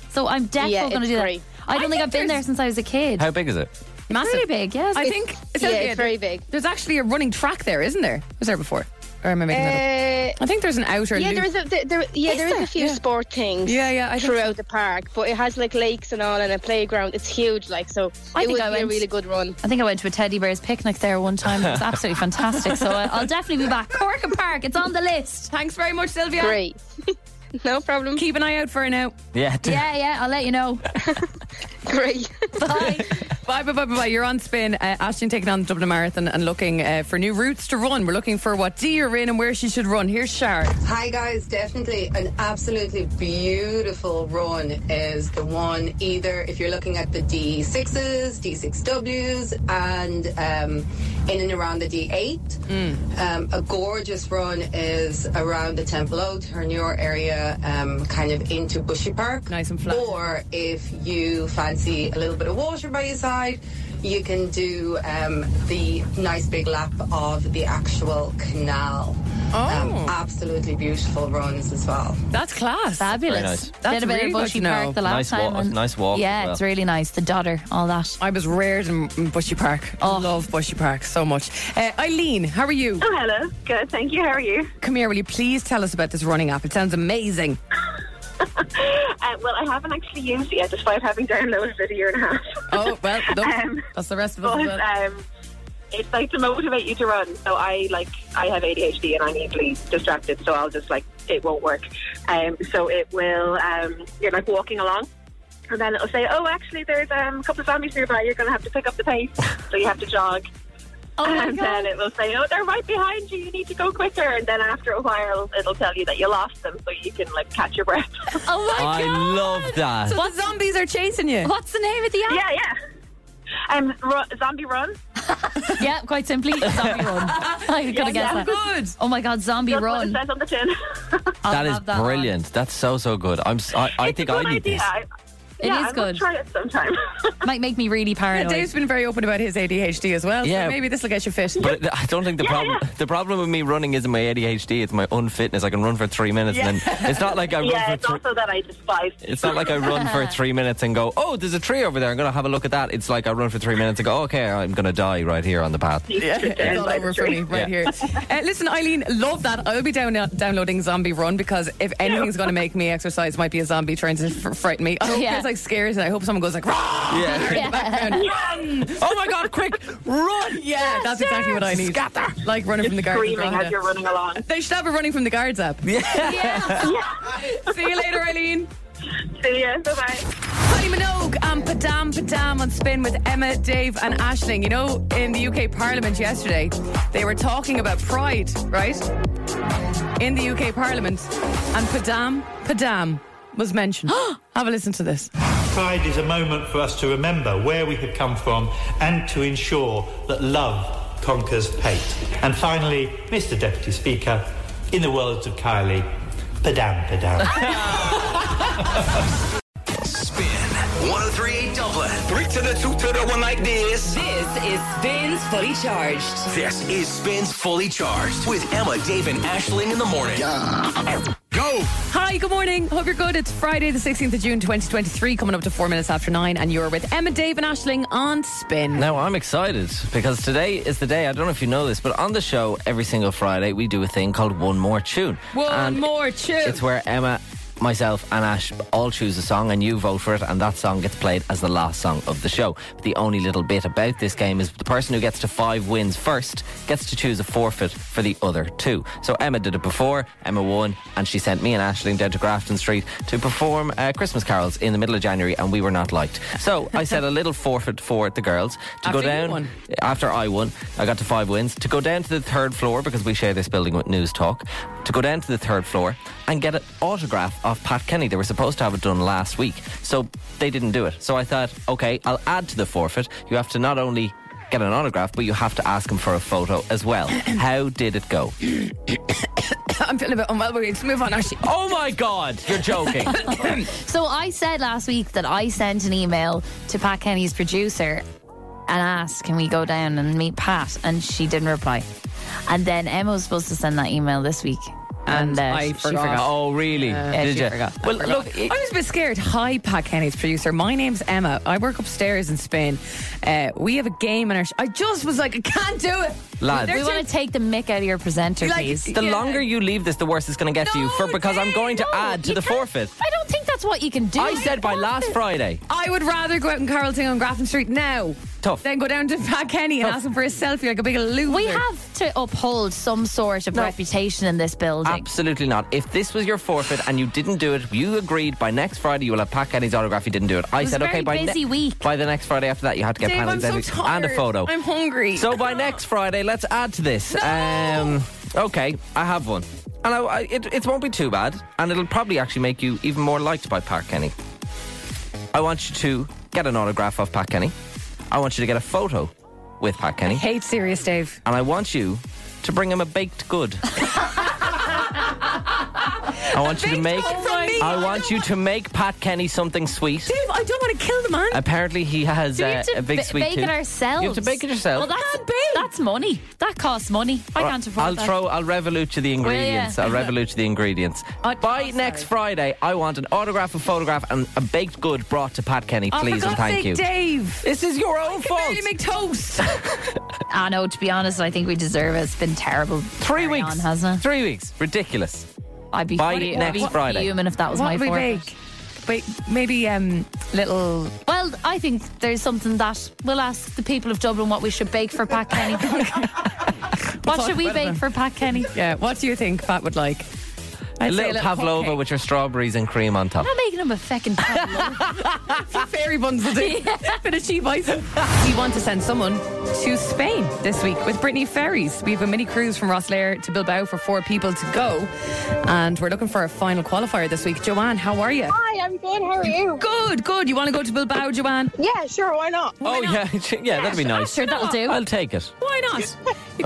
S4: So I'm definitely
S15: Yeah,
S4: going to
S15: it's
S4: do that.
S15: great.
S4: I don't
S6: I
S4: think
S6: think
S4: I've been there
S6: there's-
S4: since I was a kid.
S3: How big is it?
S6: Massive.
S4: Pretty big, yes.
S6: I think
S15: Yeah,
S6: Sylvia,
S15: it's very big.
S6: There's actually a running track there, isn't there? Was there before? Or am I making that up?
S15: Uh,
S6: I think there's an outer.
S15: yeah,
S6: loop.
S15: there is a there, there- yeah
S6: Is
S15: there is
S6: there?
S15: a few
S6: Yeah.
S15: sport things.
S6: Yeah, yeah, I think
S15: throughout the park, but it has like lakes and all and a playground. It's huge, like so.
S4: I
S15: it
S4: think
S15: would be
S4: I
S15: a
S4: went-
S15: really good run.
S4: I think I went to a teddy bear's picnic there one time. It was absolutely fantastic. So I, I'll definitely be back. Cork Park, it's on the list.
S6: Thanks very much, Sylvia.
S15: Great, no problem.
S6: Keep an eye out for her now.
S3: Yeah.
S4: Yeah, yeah, I'll let you know.
S15: Great.
S4: Bye.
S6: Bye, bye, bye, bye. bye. You're on spin. Uh, Ashton taking on the Dublin Marathon and looking uh, for new routes to run. We're looking for what D you're in and where she should run. Here's Shar.
S16: Hi guys, definitely an absolutely beautiful run is the one either if you're looking at the D6s, D6Ws, and um, in and around the D8.
S6: Mm.
S16: Um, a gorgeous run is around the Temple Oak, Hernior area, um, kind of into Bushy Park.
S6: Nice and flat.
S16: Or if you fancy a little bit of water by your side, you can do um, the nice big lap of the actual canal.
S6: Oh.
S16: Um, absolutely beautiful runs as well.
S6: That's class.
S4: Fabulous.
S3: Very nice.
S4: Did
S6: That's
S4: a bit
S6: really
S4: of
S6: good
S4: Bushy
S6: to know.
S4: Park the last
S3: Nice
S4: time.
S3: walk-
S4: and-
S3: nice walk as
S4: Yeah,
S3: well.
S4: it's really nice. The Dodder, all that.
S6: I was reared in, in Bushy Park. Oh. Love Bushy Park so much. Uh, Eileen, how are you?
S11: Oh, hello. Good, thank you. How are you?
S6: Come here, will you please tell us about this running app? It sounds amazing.
S11: Uh, well, I haven't actually used it yet, despite having downloaded it a year and a half.
S6: Oh, well, no,
S11: Um,
S6: that's the rest of us.
S11: but
S6: as well.
S11: um, it's like to motivate you to run. So I like I have ADHD and I'm easily distracted, so I'll just like it won't work. Um, so it will um, you're like walking along. And then it'll say, "Oh, actually, there's um, a couple of zombies nearby. You're going to have to pick up the pace, so you have to jog."
S4: Oh my
S11: and
S4: God.
S11: then it will say, "Oh, they're right behind you. You need to go quicker." And then after a while, it'll tell you that you lost them, so you can like catch your breath.
S4: Oh my
S3: I
S4: God.
S3: love that.
S6: So the zombies are chasing you.
S4: What's the name of the app?
S11: yeah, yeah. Um, ru- zombie run.
S4: Yeah, quite simply, Zombie Run. I could have guessed that.
S6: Good.
S4: Oh my God, Zombie
S11: That's what it
S4: Run.
S11: says on the tin.
S4: I'll
S3: That is
S4: have that
S3: brilliant. That's so so good. I'm. s- I, I
S11: It's a
S3: think
S11: good
S3: I need
S11: idea.
S3: this.
S11: I-
S4: It
S11: yeah,
S4: is
S11: I will
S4: good.
S11: Try it sometime.
S4: on. Might make me really
S6: Yeah,
S4: paranoid.
S6: Dave's been very open about his ADHD as well.
S3: Yeah.
S6: So maybe this will get you fit.
S3: But I don't think the
S11: Yeah,
S3: problem
S11: yeah.
S3: the problem with me running isn't my ADHD. It's my unfitness. I can run for three minutes, and then it's not like I
S11: yeah,
S3: run
S11: it's
S3: for. Three,
S11: also that I despise.
S3: it's not like I run for three minutes and go, oh, there's a tree over there. I'm gonna have a look at that. It's like I run for three minutes and go, okay, I'm gonna die right here on the path.
S11: yeah,
S6: It's all over for me right here. Uh, listen, Eileen, love that. I'll be down, uh, downloading Zombie Run because if anything's going to make me exercise, might be a zombie trying to f- frighten me. I hope
S4: Yeah.
S6: it's like scares and I hope someone goes like, "Rah!"
S3: Yeah.
S6: in the background. Run!
S3: oh my god, quick, run!
S6: Yeah, that's exactly what I need.
S3: Scatter.
S6: Like running from the guards. in
S11: Screaming as
S6: Drogheda.
S11: you're running along.
S6: They should have a running from the guards app.
S3: Yeah.
S11: yeah.
S6: See you later, Eileen.
S11: See ya. Bye bye.
S6: Kylie Minogue and Padam Padam on spin with Emma, Dave, and Ashling. You know, in the UK Parliament yesterday, they were talking about pride, right? In the UK Parliament, and Padam Padam was mentioned. Have a listen to this.
S17: Pride is a moment for us to remember where we have come from and to ensure that love conquers hate. And finally, Mr. Deputy Speaker, in the words of Kylie, padam padam.
S1: Spin 1038 Dublin. Three to the two to the one like this.
S18: This is Spins Fully Charged.
S1: This is Spins Fully Charged with Emma, Dave, and Ashling in the morning. Go!
S6: Hi, good morning. Hope you're good. It's Friday, the 16th of June, 2023, coming up to four minutes after nine, and you're with Emma, Dave, and Ashling on Spin.
S3: Now, I'm excited because today is the day. I don't know if you know this, but on the show every single Friday, we do a thing called One More Tune.
S6: One
S3: And
S6: more tune.
S3: It's where Emma, myself, and Ash all choose a song, and you vote for it, and that song gets played as the last song of the show. The only little bit about this game is the person who gets to five wins first gets to choose a forfeit for the other two. So Emma did it before. Emma won, and she sent me and Ashling down to Grafton Street to perform uh, Christmas carols in the middle of January, and we were not liked. So I set a little forfeit for the girls to
S6: After
S3: go
S6: you
S3: down
S6: won.
S3: after I won, I got to five wins, to go down to the third floor, because we share this building with News Talk, to go down to the third floor and get an autograph of Pat Kenny. They were supposed to have it done last week, so they didn't do it. So I thought, okay, I'll add to the forfeit. You have to not only get an autograph, but you have to ask him for a photo as well. How did it go?
S6: I'm feeling a bit unwell. We're going to move on, Ashling.
S3: Oh my God, you're joking.
S4: So I said last week that I sent an email to Pat Kenny's producer and asked, "Can we go down and meet Pat?" And she didn't reply. And then Emma was supposed to send that email this week, and, uh,
S6: I
S4: she
S6: forgot.
S3: Eh, oh, really?
S4: Yeah,
S3: did
S4: she
S3: you?
S4: forgot. I
S3: Well,
S4: forgot.
S3: look, it-
S6: I was a bit scared. Hi, Pat Kenny's producer. My name's Emma. I work upstairs in Spain. Uh, we have a game in our. Sh- I just was like, I can't do it.
S3: Lads.
S4: We
S6: They're
S4: want to take the mick out of your presenter,
S6: Like,
S4: please.
S3: the
S6: yeah.
S3: longer you leave this, the worse it's going to get to you, for because I'm going to
S4: No,
S3: add to
S4: you
S3: the
S4: can't-
S3: forfeit.
S4: I don't think that's what you can do.
S3: I said by last Friday.
S6: I would rather go out in Carrollton on Grafton Street now.
S3: Tough.
S6: Then go down to Pat Kenny and ask him for a selfie like a big loser.
S4: We have to uphold some sort of reputation in this building.
S3: Absolutely not. If this was your forfeit and you didn't do it, you agreed by next Friday you will have Pat Kenny's autograph. You didn't do it. I
S4: was
S3: said
S4: a
S3: okay.
S4: very
S3: By
S4: busy week.
S3: by the next Friday after that, you had to get
S6: Dave,
S3: Pat
S6: I'm
S3: and,
S6: so
S3: and
S6: tired.
S3: a photo.
S6: I'm hungry.
S3: So by next Friday, let's add to this. Um, okay, I have one, and I, I, it, it won't be too bad, and it'll probably actually make you even more liked by Pat Kenny. I want you to get an autograph of Pat Kenny. I want you to get a photo with Pat Kenny,
S6: Hate serious, Dave.
S3: and I want you to bring him a baked good. I want you to
S6: baked
S3: make.
S6: good from me.
S3: I want you to make Pat Kenny something sweet.
S6: Dave, I don't want to kill the man.
S3: Apparently, he has
S4: Do we
S3: uh,
S4: have to
S3: a big
S4: ba-
S3: sweet
S4: bake
S3: tooth.
S4: it ourselves.
S3: You have to bake it yourself.
S4: Well, that's, that's money. That costs money. I can't afford
S3: I'll
S4: that.
S3: throw. I'll revolute you the ingredients.
S4: yeah.
S3: I'll revolute you the ingredients. By next Friday, I want an autograph, a photograph, and a baked good brought to Pat Kenny,
S6: Oh, for
S3: please and
S6: God's
S3: thank
S6: sake,
S3: you.
S6: Dave.
S3: This is your own
S6: Can
S3: fault.
S6: barely make toast.
S4: I know, to be honest, I think we deserve it. It's been terrible.
S3: Three
S4: carry
S3: weeks.
S4: on, hasn't it?
S3: Three weeks. Ridiculous.
S4: I'd be
S3: By
S4: funny-
S3: next
S4: I'd be
S3: Friday.
S4: Human, if that was my
S6: what we
S4: forfeit.
S6: bake? Wait, maybe um, little.
S4: Well, I think there's something that we'll ask the people of Dublin what we should bake for Pat Kenny. what should we
S6: about
S4: bake
S6: it then.
S4: for Pat Kenny?
S6: Yeah, what do you think Pat would like?
S3: a little pavlova with your strawberries and cream on
S4: I'm
S3: top.
S4: not making him a feckin' pavlova.
S6: fairy buns will do. Bit of cheap ice. We want to send someone to Spain this week with Brittany Ferries. We have a mini cruise from Rosslare to Bilbao for four people to go, and we're looking for a final qualifier this week. Joanne, how are you?
S9: Hi, I'm good. How are you?
S6: Good, good. You want to go to Bilbao, Joanne?
S9: Yeah, sure. Why not?
S3: oh yeah, yeah, that'd be nice.
S4: Sure, that'll do.
S3: I'll take it.
S6: Why not? You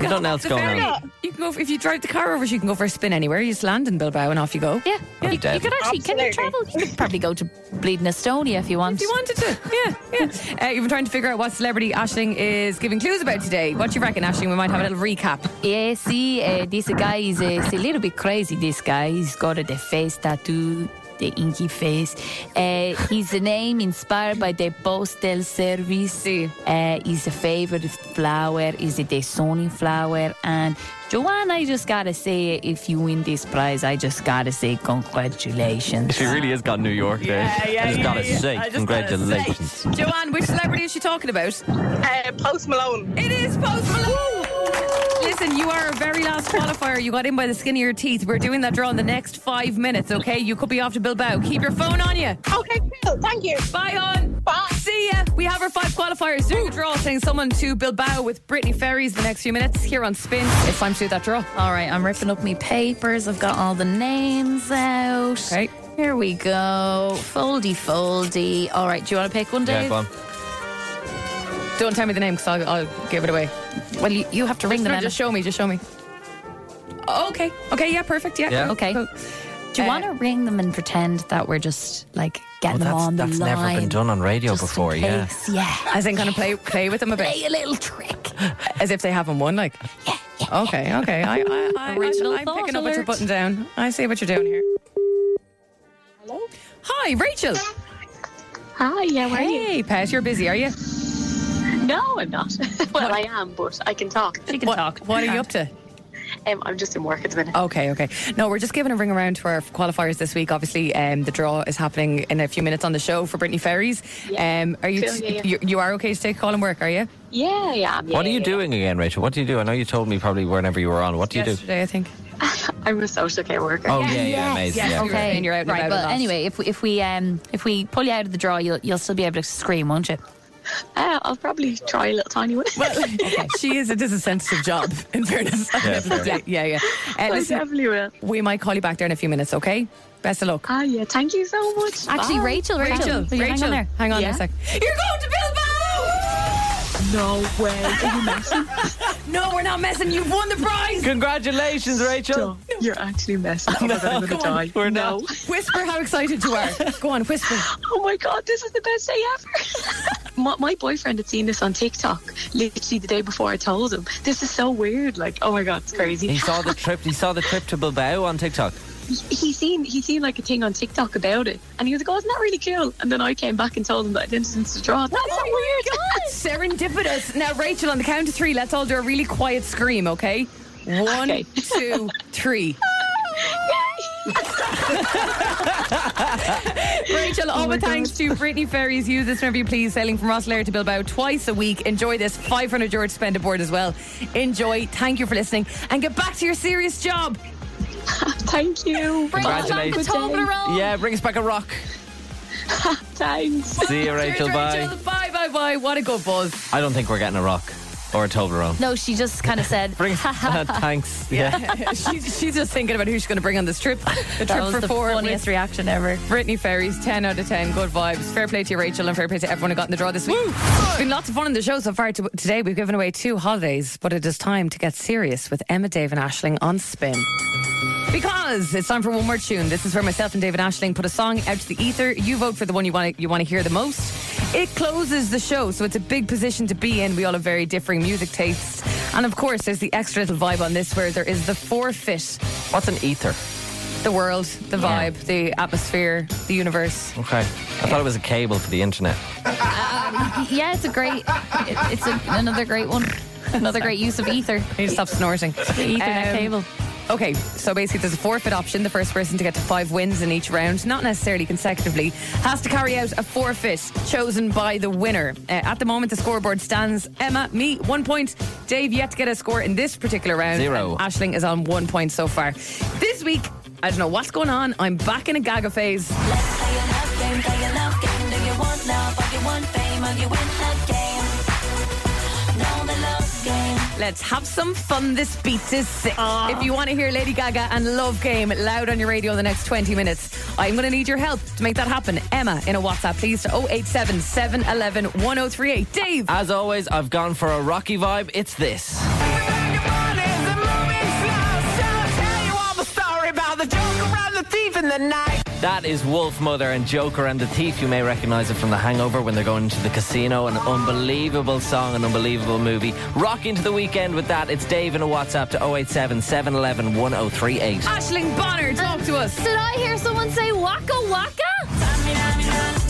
S3: I've
S6: can
S3: nothing
S6: hop
S3: else
S6: the
S3: going
S6: ferry.
S3: on.
S6: You can go if you drive the car over. You can go for a spin anywhere. You just land in Bilbao and off you go.
S4: Yeah,
S3: I'm
S4: you,
S3: dead.
S4: you could actually can you
S9: Absolutely.
S4: travel? You could probably go to bleeding Estonia if you want.
S6: If you wanted to, yeah, yeah. Uh, you've been trying to figure out what celebrity Ashling is giving clues about today. What do you reckon, Ashling? We might have a little recap.
S4: Yeah, see, uh, this guy is uh, is a little bit crazy. This guy, he's got uh, the face tattoo, the inky face. Uh, his name inspired by the postal service. Uh, his favorite flower is the Sony flower. And Joanne, I just gotta say, if you win this prize, I just gotta say congratulations.
S3: She really has got New York there. I just gotta say, congratulations.
S6: Joanne, which celebrity is she talking about?
S9: Uh, Post Malone.
S6: It is Post Malone. Susan, you are our very last qualifier. You got in by the skin of your teeth. We're doing that draw in the next five minutes, okay? You could be off to Bilbao. Keep your phone on you.
S19: Okay, cool. Thank you.
S6: Bye, hon. Bye. See ya. We have our five qualifiers doing a draw, sending someone to Bilbao with Brittany Ferries the next few minutes here on Spin. It's time to do that draw.
S4: All right, I'm ripping up my papers. I've got all the names out. Okay. Here we go. Foldy, foldy. All right, do you want to pick one, Dave?
S6: Don't tell me the name because I'll, I'll give it away.
S4: Well, you, you have to ring
S6: No,
S4: them. Emma.
S6: just show me. Just show me. Oh, okay. Okay. Yeah. Perfect. Yeah.
S4: Yeah. Uh, Okay. Do you want to ring them and pretend that we're just like getting them
S3: Oh, that's
S4: on the
S3: that's
S4: line?
S3: never been done on radio before, yeah.
S4: Yes, yeah.
S6: As in, kind of play play with them a bit.
S4: Play a little trick.
S6: As if they haven't won, like. Okay. Okay. I, I, I,
S4: Original
S6: I, am
S4: thought
S6: picking up what you're
S4: alert.
S6: putting down. I see what you're doing here. Hello. Hi, Rachel.
S9: Hi, yeah, where are you?
S6: Hey, Pat, you're busy, are you?
S9: No, I'm not. well, I am, but I can talk.
S6: She can talk. What are you up to?
S9: Um, I'm just in work at the
S2: Oh.
S9: minute.
S6: Okay, okay. No, we're just giving a ring around to our qualifiers this week. Obviously, um, the draw is happening in a few minutes on the show for Brittany Ferries. Um, are you,
S9: Cool, yeah, yeah.
S6: you you are okay to take a call and work? Are you?
S9: Yeah, yeah. I'm, yeah
S3: What are you
S9: yeah,
S3: doing again, Rachel? What do you do? I know you told me probably whenever you were on. What do you do?
S6: Yesterday, I think.
S9: yeah. I'm a social care worker.
S3: Oh, yeah, yeah, amazing. yeah.
S4: Okay,
S6: you're out and
S4: right.
S6: about a
S4: Well,
S6: lot.
S4: anyway, if we, if we um if we pull you out of the draw, you'll you'll still be able to scream, won't you?
S9: Uh, I'll probably try a little tiny one.
S6: Well, she is. It is a sensitive job. In fairness,
S9: Yeah, fair.
S6: yeah, yeah. yeah. Uh,
S9: I
S6: listen,
S9: definitely will.
S6: We might call you back there in a few minutes. Okay. Best of luck.
S9: Ah, yeah. Thank you so much.
S4: Actually,
S9: Bye.
S4: Rachel, Rachel,
S6: Rachel,
S4: will you hang on
S6: Rachel,
S4: there?
S6: hang on
S4: Yeah.
S6: a sec. You're going to Bilbao.
S9: No way. Are you messing?
S6: no, we're not messing. You've won the prize.
S3: Congratulations, Rachel.
S9: You're actually messing. Oh, my God, I'm gonna die.
S3: We're
S9: no.
S6: Whisper how excited you are. Go on, whisper.
S9: Oh my god, this is the best day ever. my, my boyfriend had seen this on TikTok literally the day before I told him. This is so weird. Like, oh my god, it's crazy.
S3: He saw the trip. He saw the trip to Bilbao on TikTok.
S9: He- he seen he seen like a thing on TikTok about it, and he was like, "Oh, isn't that really cool?" And then I came back and told him that I didn't since the draw. That's so weird.
S6: Serendipitous. Now, Rachel, on the count of three, let's all do a really quiet scream, okay? One, two, three. Rachel,
S9: Oh
S6: all the thanks to Brittany Ferries. Use this whenever you please. Sailing from Rosslare to Bilbao twice a week. Enjoy this. 500 euro to spend aboard as well. Enjoy. Thank you for listening. And get back to your serious job.
S9: Thank you.
S3: Congratulations. Yeah, bring us back a rock.
S9: Thanks.
S3: See you, Rachel. Bye.
S6: Bye, bye, bye. What a good buzz.
S3: I don't think we're getting a rock or a Toblerone.
S4: No, she just kind of said,
S3: Bring uh, thanks. Yeah.
S6: she's, she's just thinking about who she's going to bring on this trip. The
S4: That
S6: trip
S4: was
S6: for
S4: the
S6: four.
S4: funniest
S6: with
S4: reaction ever.
S6: Brittany Ferries, 10 out of 10. Good vibes. Fair play to you, Rachel, and fair play to everyone who got in the draw this week. It's been lots of fun on the show so far. To- today, we've given away two holidays, but it is time to get serious with Emma, Dave, and Ashling on spin. Because it's time for one more tune. This is where myself and David Ashling put a song out to the ether. You vote for the one you want to you want to hear the most. It closes the show, so it's a big position to be in. We all have very differing music tastes, and of course, there's the extra little vibe on this where there is the forfeit.
S3: What's an ether?
S6: The world, the vibe, the atmosphere, the universe.
S3: Okay. I thought it was a cable for the internet.
S4: Um, yeah, it's a great, it, it's a, another great one, another great use of ether.
S6: Need to stop snorting.
S4: The Ethernet
S6: Um,
S4: cable.
S6: Okay, so basically, there's a forfeit option. The first person to get to five wins in each round, not necessarily consecutively, has to carry out a forfeit chosen by the winner. Uh, at the moment, the scoreboard stands Emma, me, one point. Dave, yet to get a score in this particular round.
S3: Zero.
S6: And Ashling is on one point so far. This week, I don't know what's going on. I'm back in a gaga phase. Let's have some fun. This beat is sick. If you want to hear Lady Gaga and Love Game loud on your radio in the next 20 minutes, I'm going to need your help to make that happen. Emma, in a WhatsApp, please, to 087 711 1038. Dave!
S3: As always, I've gone for a rocky vibe. It's this. That is Wolf Mother and Joker and the Thief. You may recognize it from The Hangover when they're going into the casino. An unbelievable song, an unbelievable movie. Rock into the weekend with that. It's Dave in a WhatsApp to 087 711 1038.
S6: Ashling Bonner, talk to us.
S4: Did I hear someone say waka waka?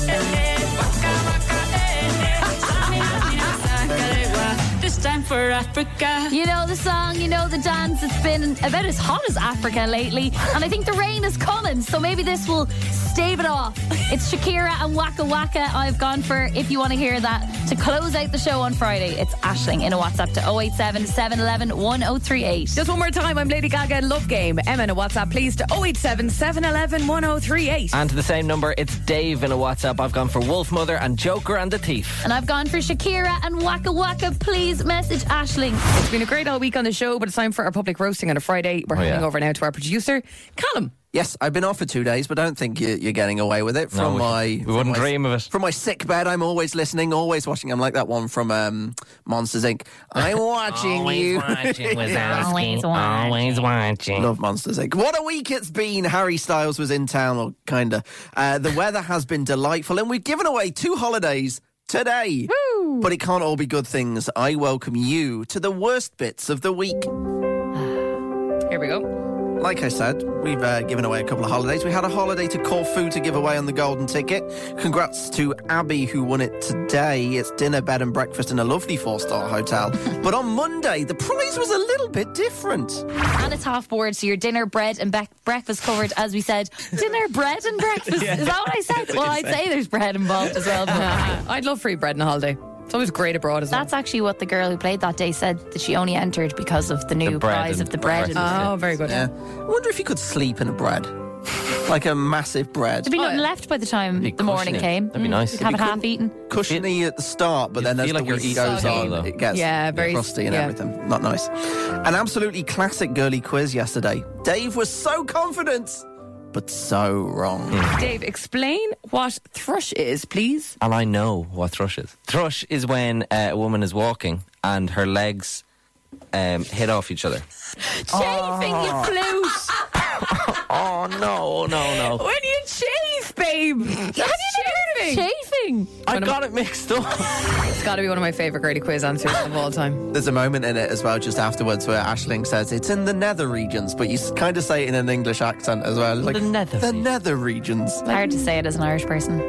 S20: This time for Africa.
S4: You know the song, you know the dance. It's been about as hot as Africa lately, and I think the rain is coming, so maybe this will stave it off. It's Shakira and Waka Waka. I've gone for if you want to hear that to close out the show on Friday. It's Ashling in a WhatsApp to 087 711 1038.
S6: Just one more time, I'm Lady Gaga in Love Game. Emma in a WhatsApp, please to 087 711 1038.
S11: And to the same number, it's Dave in a WhatsApp. I've gone for Wolf Mother and Joker and the Thief.
S4: And I've gone for Shakira and Waka Waka. Please message Ashling.
S6: It's been a great all week on the show, but it's time for our public roasting on a Friday. We're
S5: Oh,
S6: handing
S5: yeah.
S6: over now to our producer, Callum.
S5: Yes, I've been off for two days, but I don't think you- you're getting away with it. From
S11: No, we-
S5: my,
S11: we
S5: from
S11: wouldn't
S5: my-
S11: dream of it.
S5: From my sick bed, I'm always listening, always watching. I'm like that one from um, Monsters Inc. I'm watching
S11: Always
S5: you.
S11: watching, Wazowski. Always
S5: Always
S11: Always watching.
S5: Love Monsters Inc. What a week it's been. Harry Styles was in town, or kinda. Uh, the weather has been delightful, and we've given away two holidays today. But it can't all be good things. I welcome you to the worst bits of the week.
S6: Here we go.
S5: Like I said, we've uh, given away a couple of holidays. We had a holiday to Corfu to give away on the golden ticket. Congrats to Abby who won it today. It's dinner, bed, and breakfast in a lovely four star hotel. but on Monday, the prize was a little bit different.
S4: And it's half board, so your dinner, bread, and bec- breakfast covered, as we said. Dinner, bread, and breakfast. Is that what I said? well, I'd say there's bread involved as well.
S6: I'd love free bread on a holiday. It's always great abroad as well.
S4: That's actually what the girl who played that day said that she only entered because of the new
S5: bread
S4: prize
S5: and
S4: of the bread.
S5: breakfast, yeah.
S6: Oh, very good.
S5: Yeah. I wonder if you could sleep in a bread. like a massive bread.
S4: There'd be nothing left by the time the morning
S5: cushioning.
S4: came.
S5: That'd be
S4: Mm,
S5: nice.
S4: You'd have it
S5: It'd be
S4: half eaten.
S5: Cushiony at the start, but then as
S11: feel
S5: the
S11: like you're
S5: week
S11: eating
S5: goes
S11: soggy.
S5: on, it gets
S6: Yeah, very-
S5: crusty and
S6: yeah.
S5: everything. Not nice. An absolutely classic girly quiz yesterday. Dave was so confident, but so wrong.
S11: Hmm.
S6: Dave, explain what thrush is, please.
S11: And I know what thrush is. Thrush is when uh, a woman is walking and her legs um, hit off each other.
S10: Chafing your
S6: flute.
S11: Oh no, no, no!
S6: When you chafe, babe. That's chafing.
S4: Chafing.
S11: I got it mixed up.
S6: It's got to be one of my favourite Grady quiz answers of all time.
S5: There's a moment in it as well, just afterwards, where Ashling says it's in the nether regions, but you kind of say it in an English accent as well. Like, the nether, the nether regions.
S4: Hard to say it as an Irish person.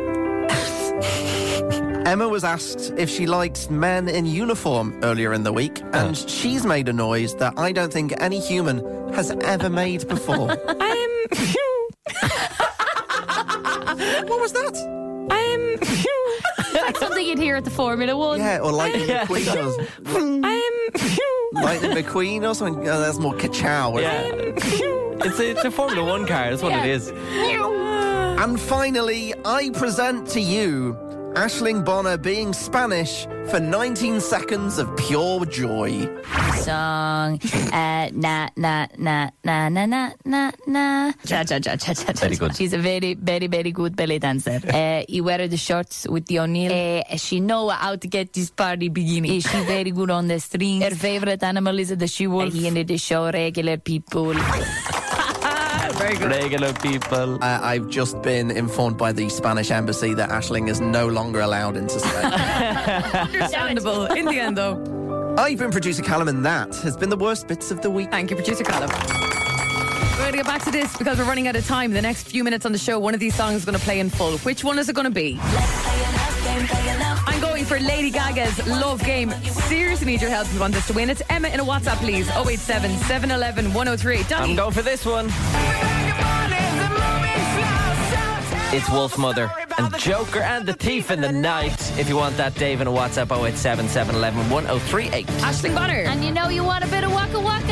S5: Emma was asked if she likes men in uniform earlier in the week, and she's made a noise that I don't think any human has ever made before. what was that?
S6: I'm.
S4: like something you'd hear at the Formula One.
S5: Yeah, or Lightning
S4: Yeah.
S5: McQueen does. Lightning McQueen or something? Oh, that's more ka
S11: Yeah. it's, a, it's a Formula One car. That's what it is.
S5: And finally, I present to you Ashling Bonner being Spanish for 19 seconds of pure joy.
S4: song. Uh, na na na na na na na na. Cha cha cha cha cha. Very good. She's a very very very good belly dancer. Uh, you wear the shorts with the O'Neill. Uh, she know how to get this party beginning. Uh, she very good on the strings. Her favorite animal is the she wolf. Uh, in the show regular people.
S6: Very
S5: good.
S11: Regular people.
S5: Uh, I've just been informed by the Spanish embassy that Ashling is no longer allowed into Spain.
S6: Understandable. In the end, though.
S5: I've been producer Callum, and that has been the worst bits of the week.
S6: Thank you, producer Callum. We're going to get back to this because we're running out of time. The next few minutes on the show, one of these songs is going to play in full. Which one is it going to be? I'm going for Lady Gaga's Love Game. Seriously need your help if you want this to win. It's Emma in a WhatsApp, please. Oh, 087 711 1038.
S11: I'm going for this one. It's Wolf Mother and Joker and the Thief in the Night. If you want that, Dave in a WhatsApp 087 711 1038.
S6: Ashling Bonner.
S4: And you know you want a bit of waka waka.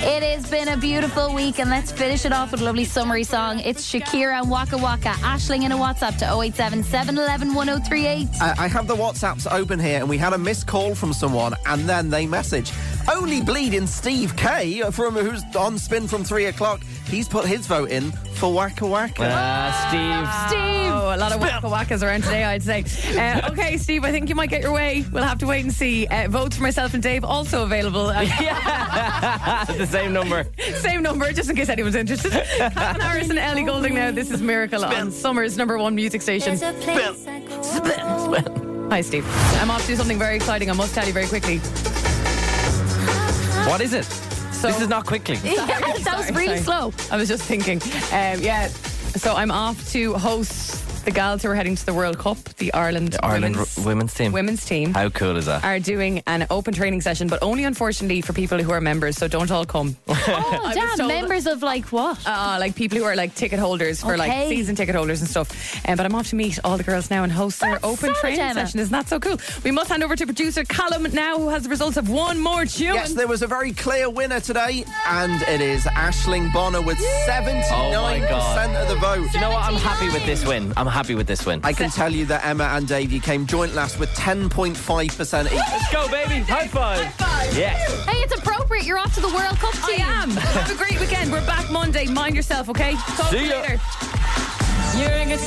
S4: It has been a beautiful week, and let's finish it off with a lovely summery song. It's Shakira and Waka Waka. Ashling in a WhatsApp to 087 711 1038.
S5: Uh, I have the WhatsApps open here, and we had a missed call from someone, and then they message only bleeding Steve K from who's on spin from three o'clock. He's put his vote in for Waka Waka.
S11: Ah,
S6: Steve. Oh, a lot of waka wakas around today, I'd say. Uh, okay, Steve, I think you might get your way. We'll have to wait and see. Uh, votes for myself and Dave also available. Uh,
S11: the same number.
S6: Same number, just in case anyone's interested. Calvin Harris and Ellie Golding now. This is Miracle on Summer's number one music station. Hi, Steve. I'm off to do something very exciting. I must tell you very quickly.
S11: What is it? this is not quickly.
S4: that was really slow.
S6: I was just thinking. Um, yeah, so I'm off to host the gals who are heading to the World Cup, the Ireland,
S11: The Ireland
S6: women's,
S11: r- women's team.
S6: women's team.
S11: How cool is that?
S6: Are doing an open training session, but only unfortunately for people who are members. So don't all come.
S4: Oh, damn. Members of like what?
S6: Uh, like people who are like ticket holders for like
S4: Okay.
S6: season ticket holders and stuff. Um, but I'm off to meet all the girls now and host their open
S4: savage,
S6: training
S4: Emma.
S6: session. Isn't that so cool? We must hand over to producer Callum now, who has the results of one more tune.
S5: Yes, there was a very clear winner today, and it is Ashling Bonner with 79% of the vote.
S11: Oh You know what? I'm happy with this win. I'm happy with this win.
S5: I can tell you that Emma and Dave, you came joint last with 10.5% each.
S11: Let's go, baby. High five. Yes.
S4: Hey, it's appropriate. You're off to the World Cup team.
S6: I am. Have a great weekend. We're back Monday. Mind yourself, okay? Talk to
S11: See
S6: you
S11: ya.
S6: later.
S10: You're a good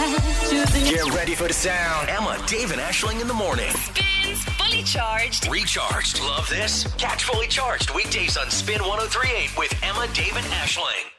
S1: Get ready for the sound. Emma, Dave, and Ashling in the morning.
S2: Spins Fully Charged.
S1: oh Recharged. Love this? Catch fully charged weekdays on Spin 1038 with Emma, Dave, and Ashling.